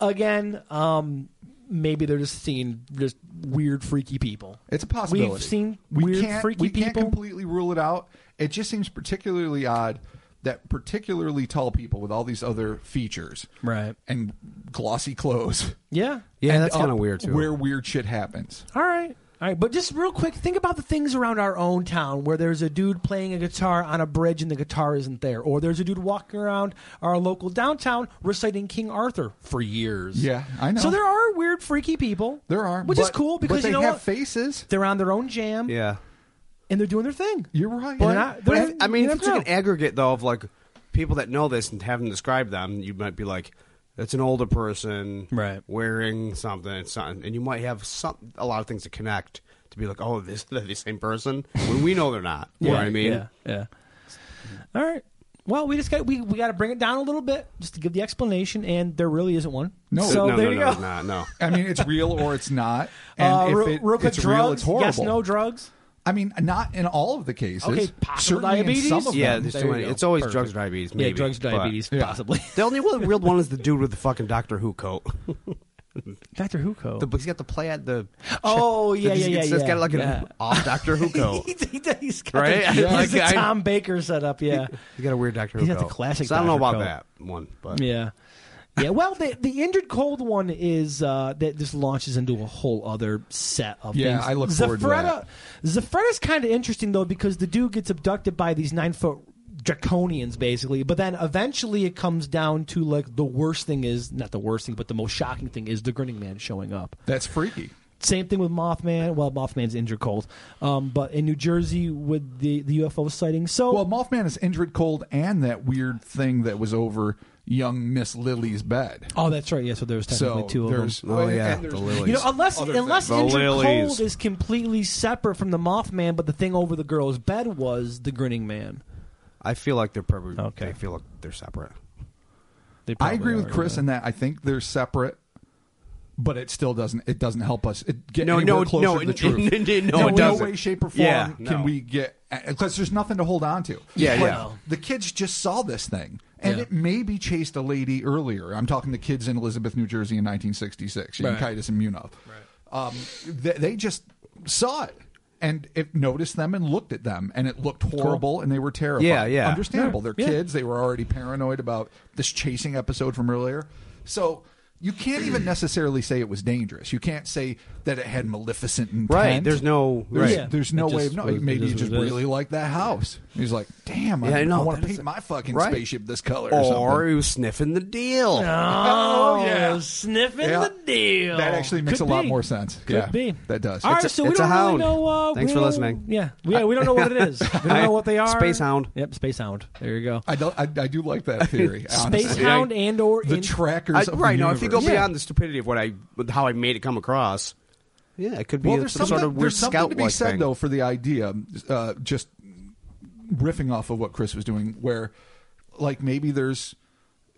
Speaker 1: again, um, maybe they're just seeing just weird, freaky people.
Speaker 3: It's a possibility.
Speaker 1: We've seen
Speaker 3: we
Speaker 1: weird,
Speaker 3: can't,
Speaker 1: freaky
Speaker 3: we can't
Speaker 1: people.
Speaker 3: completely rule it out. It just seems particularly odd that particularly tall people with all these other features
Speaker 1: Right.
Speaker 3: and glossy clothes.
Speaker 1: yeah.
Speaker 6: Yeah,
Speaker 3: end
Speaker 6: that's kinda
Speaker 3: up
Speaker 6: weird, too.
Speaker 3: Where weird shit happens.
Speaker 1: All right. All right, but just real quick, think about the things around our own town where there's a dude playing a guitar on a bridge and the guitar isn't there, or there's a dude walking around our local downtown reciting King Arthur for years.
Speaker 3: Yeah, I know.
Speaker 1: So there are weird, freaky people.
Speaker 3: There are,
Speaker 1: which is
Speaker 3: but-
Speaker 1: cool
Speaker 3: but
Speaker 1: because
Speaker 3: they
Speaker 1: you know
Speaker 3: have
Speaker 1: what?
Speaker 3: faces.
Speaker 1: They're on their own jam,
Speaker 2: Yeah.
Speaker 1: and they're doing their thing.
Speaker 3: You're right.
Speaker 1: They're not-
Speaker 2: But
Speaker 1: they're-
Speaker 2: if, I mean,
Speaker 1: you never
Speaker 2: if it's like an
Speaker 1: know.
Speaker 2: aggregate though of like people that know this and have them describe them, you might be like, "It's an older person,
Speaker 1: Right.
Speaker 2: Wearing something, it's something," and you might have some a lot of things to connect to be like, "Oh, this <laughs> they're the same person," when we know they're not. You know what I mean?
Speaker 1: Yeah, yeah. All right. Well, we just got we, we got to bring it down a little bit just to give the explanation, and there really isn't one.
Speaker 3: No.
Speaker 1: so
Speaker 2: no,
Speaker 1: there
Speaker 2: no,
Speaker 1: you
Speaker 2: no,
Speaker 1: go. <laughs>
Speaker 2: no, no.
Speaker 3: I mean, it's real or it's not. And
Speaker 1: uh,
Speaker 3: if
Speaker 1: real,
Speaker 3: it-
Speaker 1: real quick,
Speaker 3: it's
Speaker 1: drugs.
Speaker 3: real, it's horrible.
Speaker 1: Yes, no drugs.
Speaker 3: I mean, not in all of the cases.
Speaker 1: Okay, possible
Speaker 3: Certainly
Speaker 1: diabetes?
Speaker 3: In some of
Speaker 2: Yeah,
Speaker 3: them.
Speaker 2: there's
Speaker 1: There
Speaker 2: too
Speaker 1: you
Speaker 2: many.
Speaker 1: go.
Speaker 2: It's always
Speaker 1: Perfect.
Speaker 2: drugs, diabetes, maybe.
Speaker 1: yeah, drugs,
Speaker 2: but-
Speaker 1: diabetes,
Speaker 3: Yeah.
Speaker 1: possibly.
Speaker 2: The only one real one is the dude with the fucking Doctor Who coat.
Speaker 1: <laughs> Doctor Who co.
Speaker 2: The, he's got the play at the. <laughs>
Speaker 1: oh yeah,
Speaker 2: it's-
Speaker 1: yeah, yeah.
Speaker 2: It's
Speaker 1: yeah.
Speaker 2: just got like an
Speaker 1: yeah. <laughs>
Speaker 2: off Doctor Who coat.
Speaker 3: <laughs>
Speaker 1: he, has got
Speaker 2: Right?
Speaker 1: The, <laughs>
Speaker 2: Yeah.
Speaker 1: he's the
Speaker 2: Like, I-
Speaker 1: Tom Baker setup. Yeah,
Speaker 2: You got a weird Doctor
Speaker 1: He's
Speaker 2: Who
Speaker 1: got the
Speaker 2: coat.
Speaker 1: classic
Speaker 2: So I don't know about
Speaker 1: Dr.
Speaker 2: that one, but
Speaker 1: yeah, yeah. Well, the the injured cold one is uh, that just launches into a whole other set of
Speaker 3: Yeah,
Speaker 1: things.
Speaker 3: I look forward to that.
Speaker 1: Zafretta's kind of interesting though because the dude gets abducted by these nine foot draconians basically but then eventually it comes down to like the worst thing is not the worst thing but the most shocking thing is the grinning man showing up
Speaker 3: That's freaky.
Speaker 1: Same thing with Mothman. Well, Mothman's injured cold, um, but in New Jersey with the, the UFO sighting. So
Speaker 3: Well, Mothman is injured cold and that weird thing that was over young Miss Lily's bed.
Speaker 1: oh, that's right. Yeah, so there was technically
Speaker 3: So
Speaker 1: two of them.
Speaker 3: there's
Speaker 2: Oh, yeah,
Speaker 3: and there's-
Speaker 2: the lilies.
Speaker 1: You know, unless
Speaker 3: Other
Speaker 1: unless
Speaker 2: things. The
Speaker 1: injured
Speaker 2: lilies.
Speaker 1: cold is completely separate from the Mothman, but the thing over the girl's bed was the grinning man.
Speaker 2: I feel like they're probably
Speaker 1: Okay.
Speaker 2: They feel like they're separate.
Speaker 1: They
Speaker 3: I
Speaker 1: probably
Speaker 3: agree with
Speaker 1: are,
Speaker 3: Chris
Speaker 1: yeah.
Speaker 3: in that I think they're separate, but it still doesn't. It doesn't help us it get
Speaker 2: No,
Speaker 3: anywhere
Speaker 2: no,
Speaker 3: closer
Speaker 2: <laughs> no,
Speaker 3: to the
Speaker 2: it-
Speaker 3: truth.
Speaker 2: it- it- no,
Speaker 3: In
Speaker 2: it doesn't.
Speaker 3: way, shape, or form
Speaker 2: Yeah,
Speaker 3: can
Speaker 2: no.
Speaker 3: we get because there's nothing to hold on to.
Speaker 2: Yeah,
Speaker 3: Like,
Speaker 2: yeah.
Speaker 3: The kids just saw this thing, and
Speaker 1: Yeah.
Speaker 3: it maybe chased a lady earlier. I'm talking the kids in Elizabeth, New Jersey, in 1966,
Speaker 1: Right.
Speaker 3: Yonkaitis and Munov. Um, they, they just saw it. And it noticed them and looked at them, and it looked horrible, and they were terrified.
Speaker 2: Yeah, yeah.
Speaker 3: understandable. They're
Speaker 1: Yeah.
Speaker 3: kids; they were already paranoid about this chasing episode from earlier. So you can't even necessarily say it was dangerous. You can't say that it had maleficent intent.
Speaker 2: Right, there's no-
Speaker 3: there's,
Speaker 2: right.
Speaker 3: there's no
Speaker 1: It
Speaker 3: way of
Speaker 1: just
Speaker 3: knowing.
Speaker 1: was- it
Speaker 3: Maybe
Speaker 1: is
Speaker 3: you just
Speaker 1: what it is.
Speaker 3: really like that house. He's like, damn,
Speaker 2: Yeah,
Speaker 3: I,
Speaker 2: I know,
Speaker 3: want
Speaker 2: that
Speaker 3: to paint
Speaker 2: is-
Speaker 3: my fucking
Speaker 2: right.
Speaker 3: spaceship this color. Or,
Speaker 2: Or
Speaker 3: something.
Speaker 2: he was sniffing the deal.
Speaker 1: Oh,
Speaker 3: yeah.
Speaker 1: sniffing
Speaker 3: Yeah.
Speaker 1: the deal.
Speaker 3: that actually makes
Speaker 1: Could
Speaker 3: a lot
Speaker 1: be.
Speaker 3: more sense.
Speaker 1: Could
Speaker 3: yeah,
Speaker 1: be.
Speaker 3: that does.
Speaker 1: All right,
Speaker 3: It's a-
Speaker 1: so we
Speaker 2: it's a
Speaker 1: don't really
Speaker 2: hound.
Speaker 1: know. Uh,
Speaker 2: Thanks
Speaker 1: we
Speaker 2: for
Speaker 1: don't-
Speaker 2: listening.
Speaker 1: Yeah, yeah, we don't know what it is.
Speaker 3: <laughs>
Speaker 1: We don't know what they are.
Speaker 2: Space hound.
Speaker 1: Yep, space hound. There you go.
Speaker 3: I don't. I, I do like that theory.
Speaker 1: <laughs> Space
Speaker 3: honestly.
Speaker 1: hound and or
Speaker 3: the
Speaker 1: in-
Speaker 3: trackers.
Speaker 2: I,
Speaker 3: of the
Speaker 2: right, no, if you go
Speaker 3: universe.
Speaker 2: beyond the stupidity of what I with how I made it come across, yeah, it could be
Speaker 3: well,
Speaker 2: a-
Speaker 3: there's
Speaker 2: some
Speaker 3: something,
Speaker 2: sort of weird
Speaker 3: there's something
Speaker 2: scout
Speaker 3: to be said
Speaker 2: thing.
Speaker 3: though for the idea, uh, just riffing off of what Chris was doing, where like maybe there's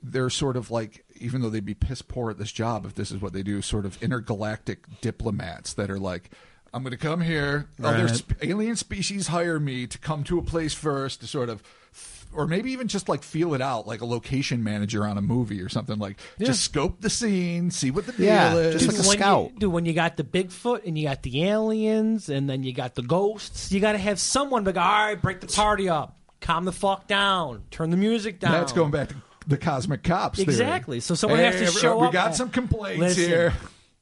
Speaker 3: they're sort of like even though they'd be piss poor at this job if this is what they do, sort of intergalactic diplomats that are like. I'm going to come here. Other
Speaker 1: Right.
Speaker 3: sp- alien species hire me to come to a place first to sort of, or maybe even just like feel it out, like a location manager on a movie or something. Like just scope the scene, see what the deal
Speaker 2: Yeah,
Speaker 3: is.
Speaker 2: just like a
Speaker 1: when
Speaker 2: scout.
Speaker 1: You, dude, when you got the Bigfoot and you got the aliens and then you got the ghosts, you got to have someone be like, all right, break the party up. Calm the fuck down. Turn the music down.
Speaker 3: That's going back to the cosmic cops. theory.
Speaker 1: Exactly. So someone has to
Speaker 3: every-
Speaker 1: show
Speaker 3: we
Speaker 1: up
Speaker 3: got
Speaker 1: and-
Speaker 3: some complaints
Speaker 1: Listen,
Speaker 3: here.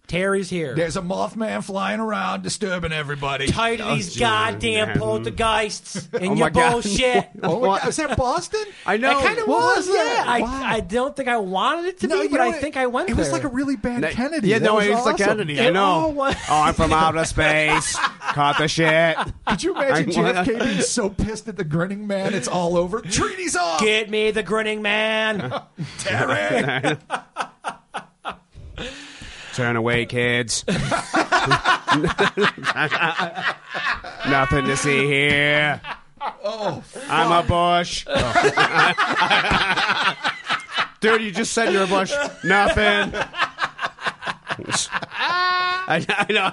Speaker 1: Terry's here.
Speaker 3: There's a Mothman flying around disturbing everybody.
Speaker 1: Tired of these
Speaker 2: Oh, Jesus,
Speaker 1: goddamn
Speaker 2: man. <laughs> Oh
Speaker 1: poltergeists and your
Speaker 2: my God. <laughs>
Speaker 1: bullshit.
Speaker 3: Oh my God, is that Boston?
Speaker 2: I know.
Speaker 1: I kind of
Speaker 2: What
Speaker 1: was, yeah.
Speaker 2: that?
Speaker 1: I,
Speaker 2: Wow.
Speaker 1: I don't think I wanted it to
Speaker 3: No,
Speaker 1: be,
Speaker 3: you
Speaker 1: but
Speaker 3: know
Speaker 1: I
Speaker 3: what?
Speaker 1: think I went
Speaker 3: It
Speaker 1: there.
Speaker 3: was like a really bad
Speaker 2: That-
Speaker 3: Kennedy.
Speaker 2: Yeah,
Speaker 3: That
Speaker 2: no,
Speaker 3: was
Speaker 2: it was like
Speaker 3: awesome.
Speaker 2: Kennedy. I
Speaker 1: It
Speaker 2: know.
Speaker 3: <laughs>
Speaker 1: all was-
Speaker 2: Oh, I'm from outer space. Caught the shit.
Speaker 3: Could you imagine
Speaker 2: <laughs> I wanna-
Speaker 3: JFK being so pissed at the grinning man? It's
Speaker 1: <laughs>
Speaker 3: all over. Treaty's off.
Speaker 1: Get me the grinning
Speaker 3: <laughs>
Speaker 1: man.
Speaker 2: <laughs>
Speaker 3: Terry.
Speaker 2: Turn away, kids. <laughs> Nothing to see here. Oh, I'm a bush.
Speaker 3: <laughs>
Speaker 2: Dude, you just said you're a bush. Nothing. I, I know.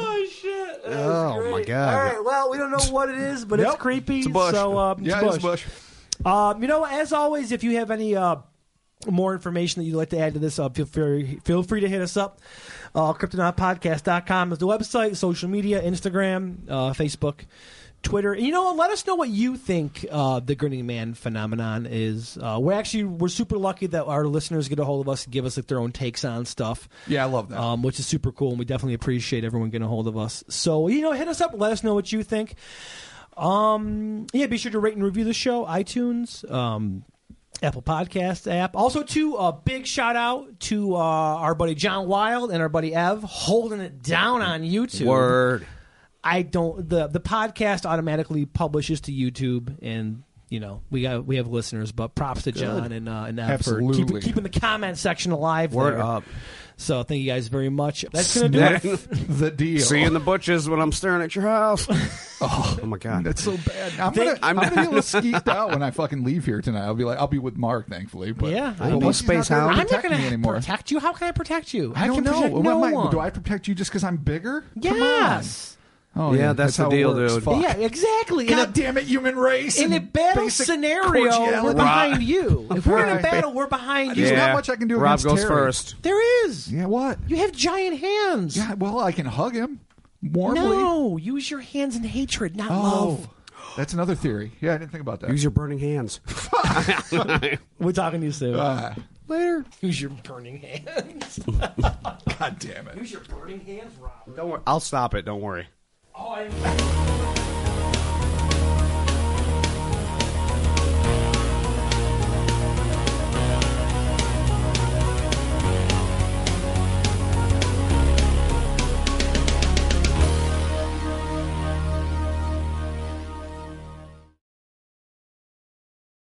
Speaker 1: Oh shit! That
Speaker 2: Oh,
Speaker 1: was
Speaker 2: my
Speaker 1: great.
Speaker 2: God.
Speaker 1: All right, well, we don't know what it is, but
Speaker 3: Nope.
Speaker 1: it's creepy.
Speaker 2: It's a bush.
Speaker 1: So um,
Speaker 3: yeah,
Speaker 1: it's
Speaker 3: it's Bush.
Speaker 1: Um, you know, as always, if you have any uh, more information that you'd like to add to this, uh, feel free feel free to hit us up. Uh, CryptonautPodcast.com is the website, social media, Instagram, uh, Facebook, Twitter. And you know, what? let us know what you think uh, the grinning man phenomenon is. Uh, we're actually we're super lucky that our listeners get a hold of us and give us like, their own takes on stuff.
Speaker 3: Yeah, I love that.
Speaker 1: Um, which is super cool, and we definitely appreciate everyone getting a hold of us. So you know, hit us up, let us know what you think. Um, yeah, be sure to rate and review the show, iTunes, um, Apple Podcast app. Also, to a big shout out to uh, our buddy John Wild and our buddy Ev holding it down on YouTube.
Speaker 2: Word.
Speaker 1: I don't the the podcast automatically publishes to YouTube and. You know, we got we have listeners, but props to John and uh, and Ev for keep,
Speaker 3: Absolutely.
Speaker 1: keeping the comment section alive.
Speaker 2: Word
Speaker 1: there.
Speaker 2: up.
Speaker 1: So thank you guys very much. That's gonna do it.
Speaker 3: the deal.
Speaker 2: Seeing the butches when I'm staring at your
Speaker 3: <laughs>
Speaker 2: house. oh, my god.
Speaker 3: That's so bad. I'm
Speaker 1: They-
Speaker 3: gonna, I'm gonna be a <laughs> little skeeved out when I fucking leave here tonight. I'll be like, I'll be with Mark, thankfully. But
Speaker 1: Yeah.
Speaker 3: but
Speaker 1: I mean,
Speaker 3: he's
Speaker 2: Space
Speaker 3: not there to
Speaker 2: Hound.
Speaker 1: I'm not
Speaker 3: protect
Speaker 1: going
Speaker 3: me
Speaker 1: to
Speaker 3: anymore.
Speaker 1: protect you. How can I protect you?
Speaker 3: I
Speaker 1: can
Speaker 3: don't know.
Speaker 1: protect
Speaker 3: What
Speaker 1: no
Speaker 3: am I-
Speaker 1: one.
Speaker 3: do I protect you just because I'm bigger? Come on.
Speaker 1: Yes.
Speaker 3: Oh
Speaker 2: Yeah, that's the
Speaker 3: how it
Speaker 2: deal,
Speaker 3: works.
Speaker 2: dude.
Speaker 3: Fuck.
Speaker 1: Yeah, exactly. In
Speaker 3: God
Speaker 1: a,
Speaker 3: damn it, human race.
Speaker 1: in a
Speaker 3: and
Speaker 1: battle
Speaker 3: basic
Speaker 1: scenario, we're
Speaker 3: cordiality.
Speaker 1: behind you. If we're in a
Speaker 3: Right.
Speaker 1: battle, we're behind you.
Speaker 3: There's not much I can do
Speaker 2: Rob
Speaker 3: against
Speaker 2: goes
Speaker 3: Terry.
Speaker 2: first.
Speaker 1: There is.
Speaker 3: Yeah, what?
Speaker 1: You have giant hands.
Speaker 3: Yeah, well, I can hug him warmly.
Speaker 1: no, use your hands in hatred, not
Speaker 3: Oh,
Speaker 1: love.
Speaker 3: that's another theory. Yeah, I didn't think about that.
Speaker 2: Use your burning hands.
Speaker 1: We're talking to you soon.
Speaker 3: Ah,
Speaker 1: Later. Use your burning hands. <laughs>
Speaker 3: God damn it.
Speaker 1: use your burning hands, Rob.
Speaker 2: Don't worry. I'll stop it. Don't worry.
Speaker 1: Oh, I-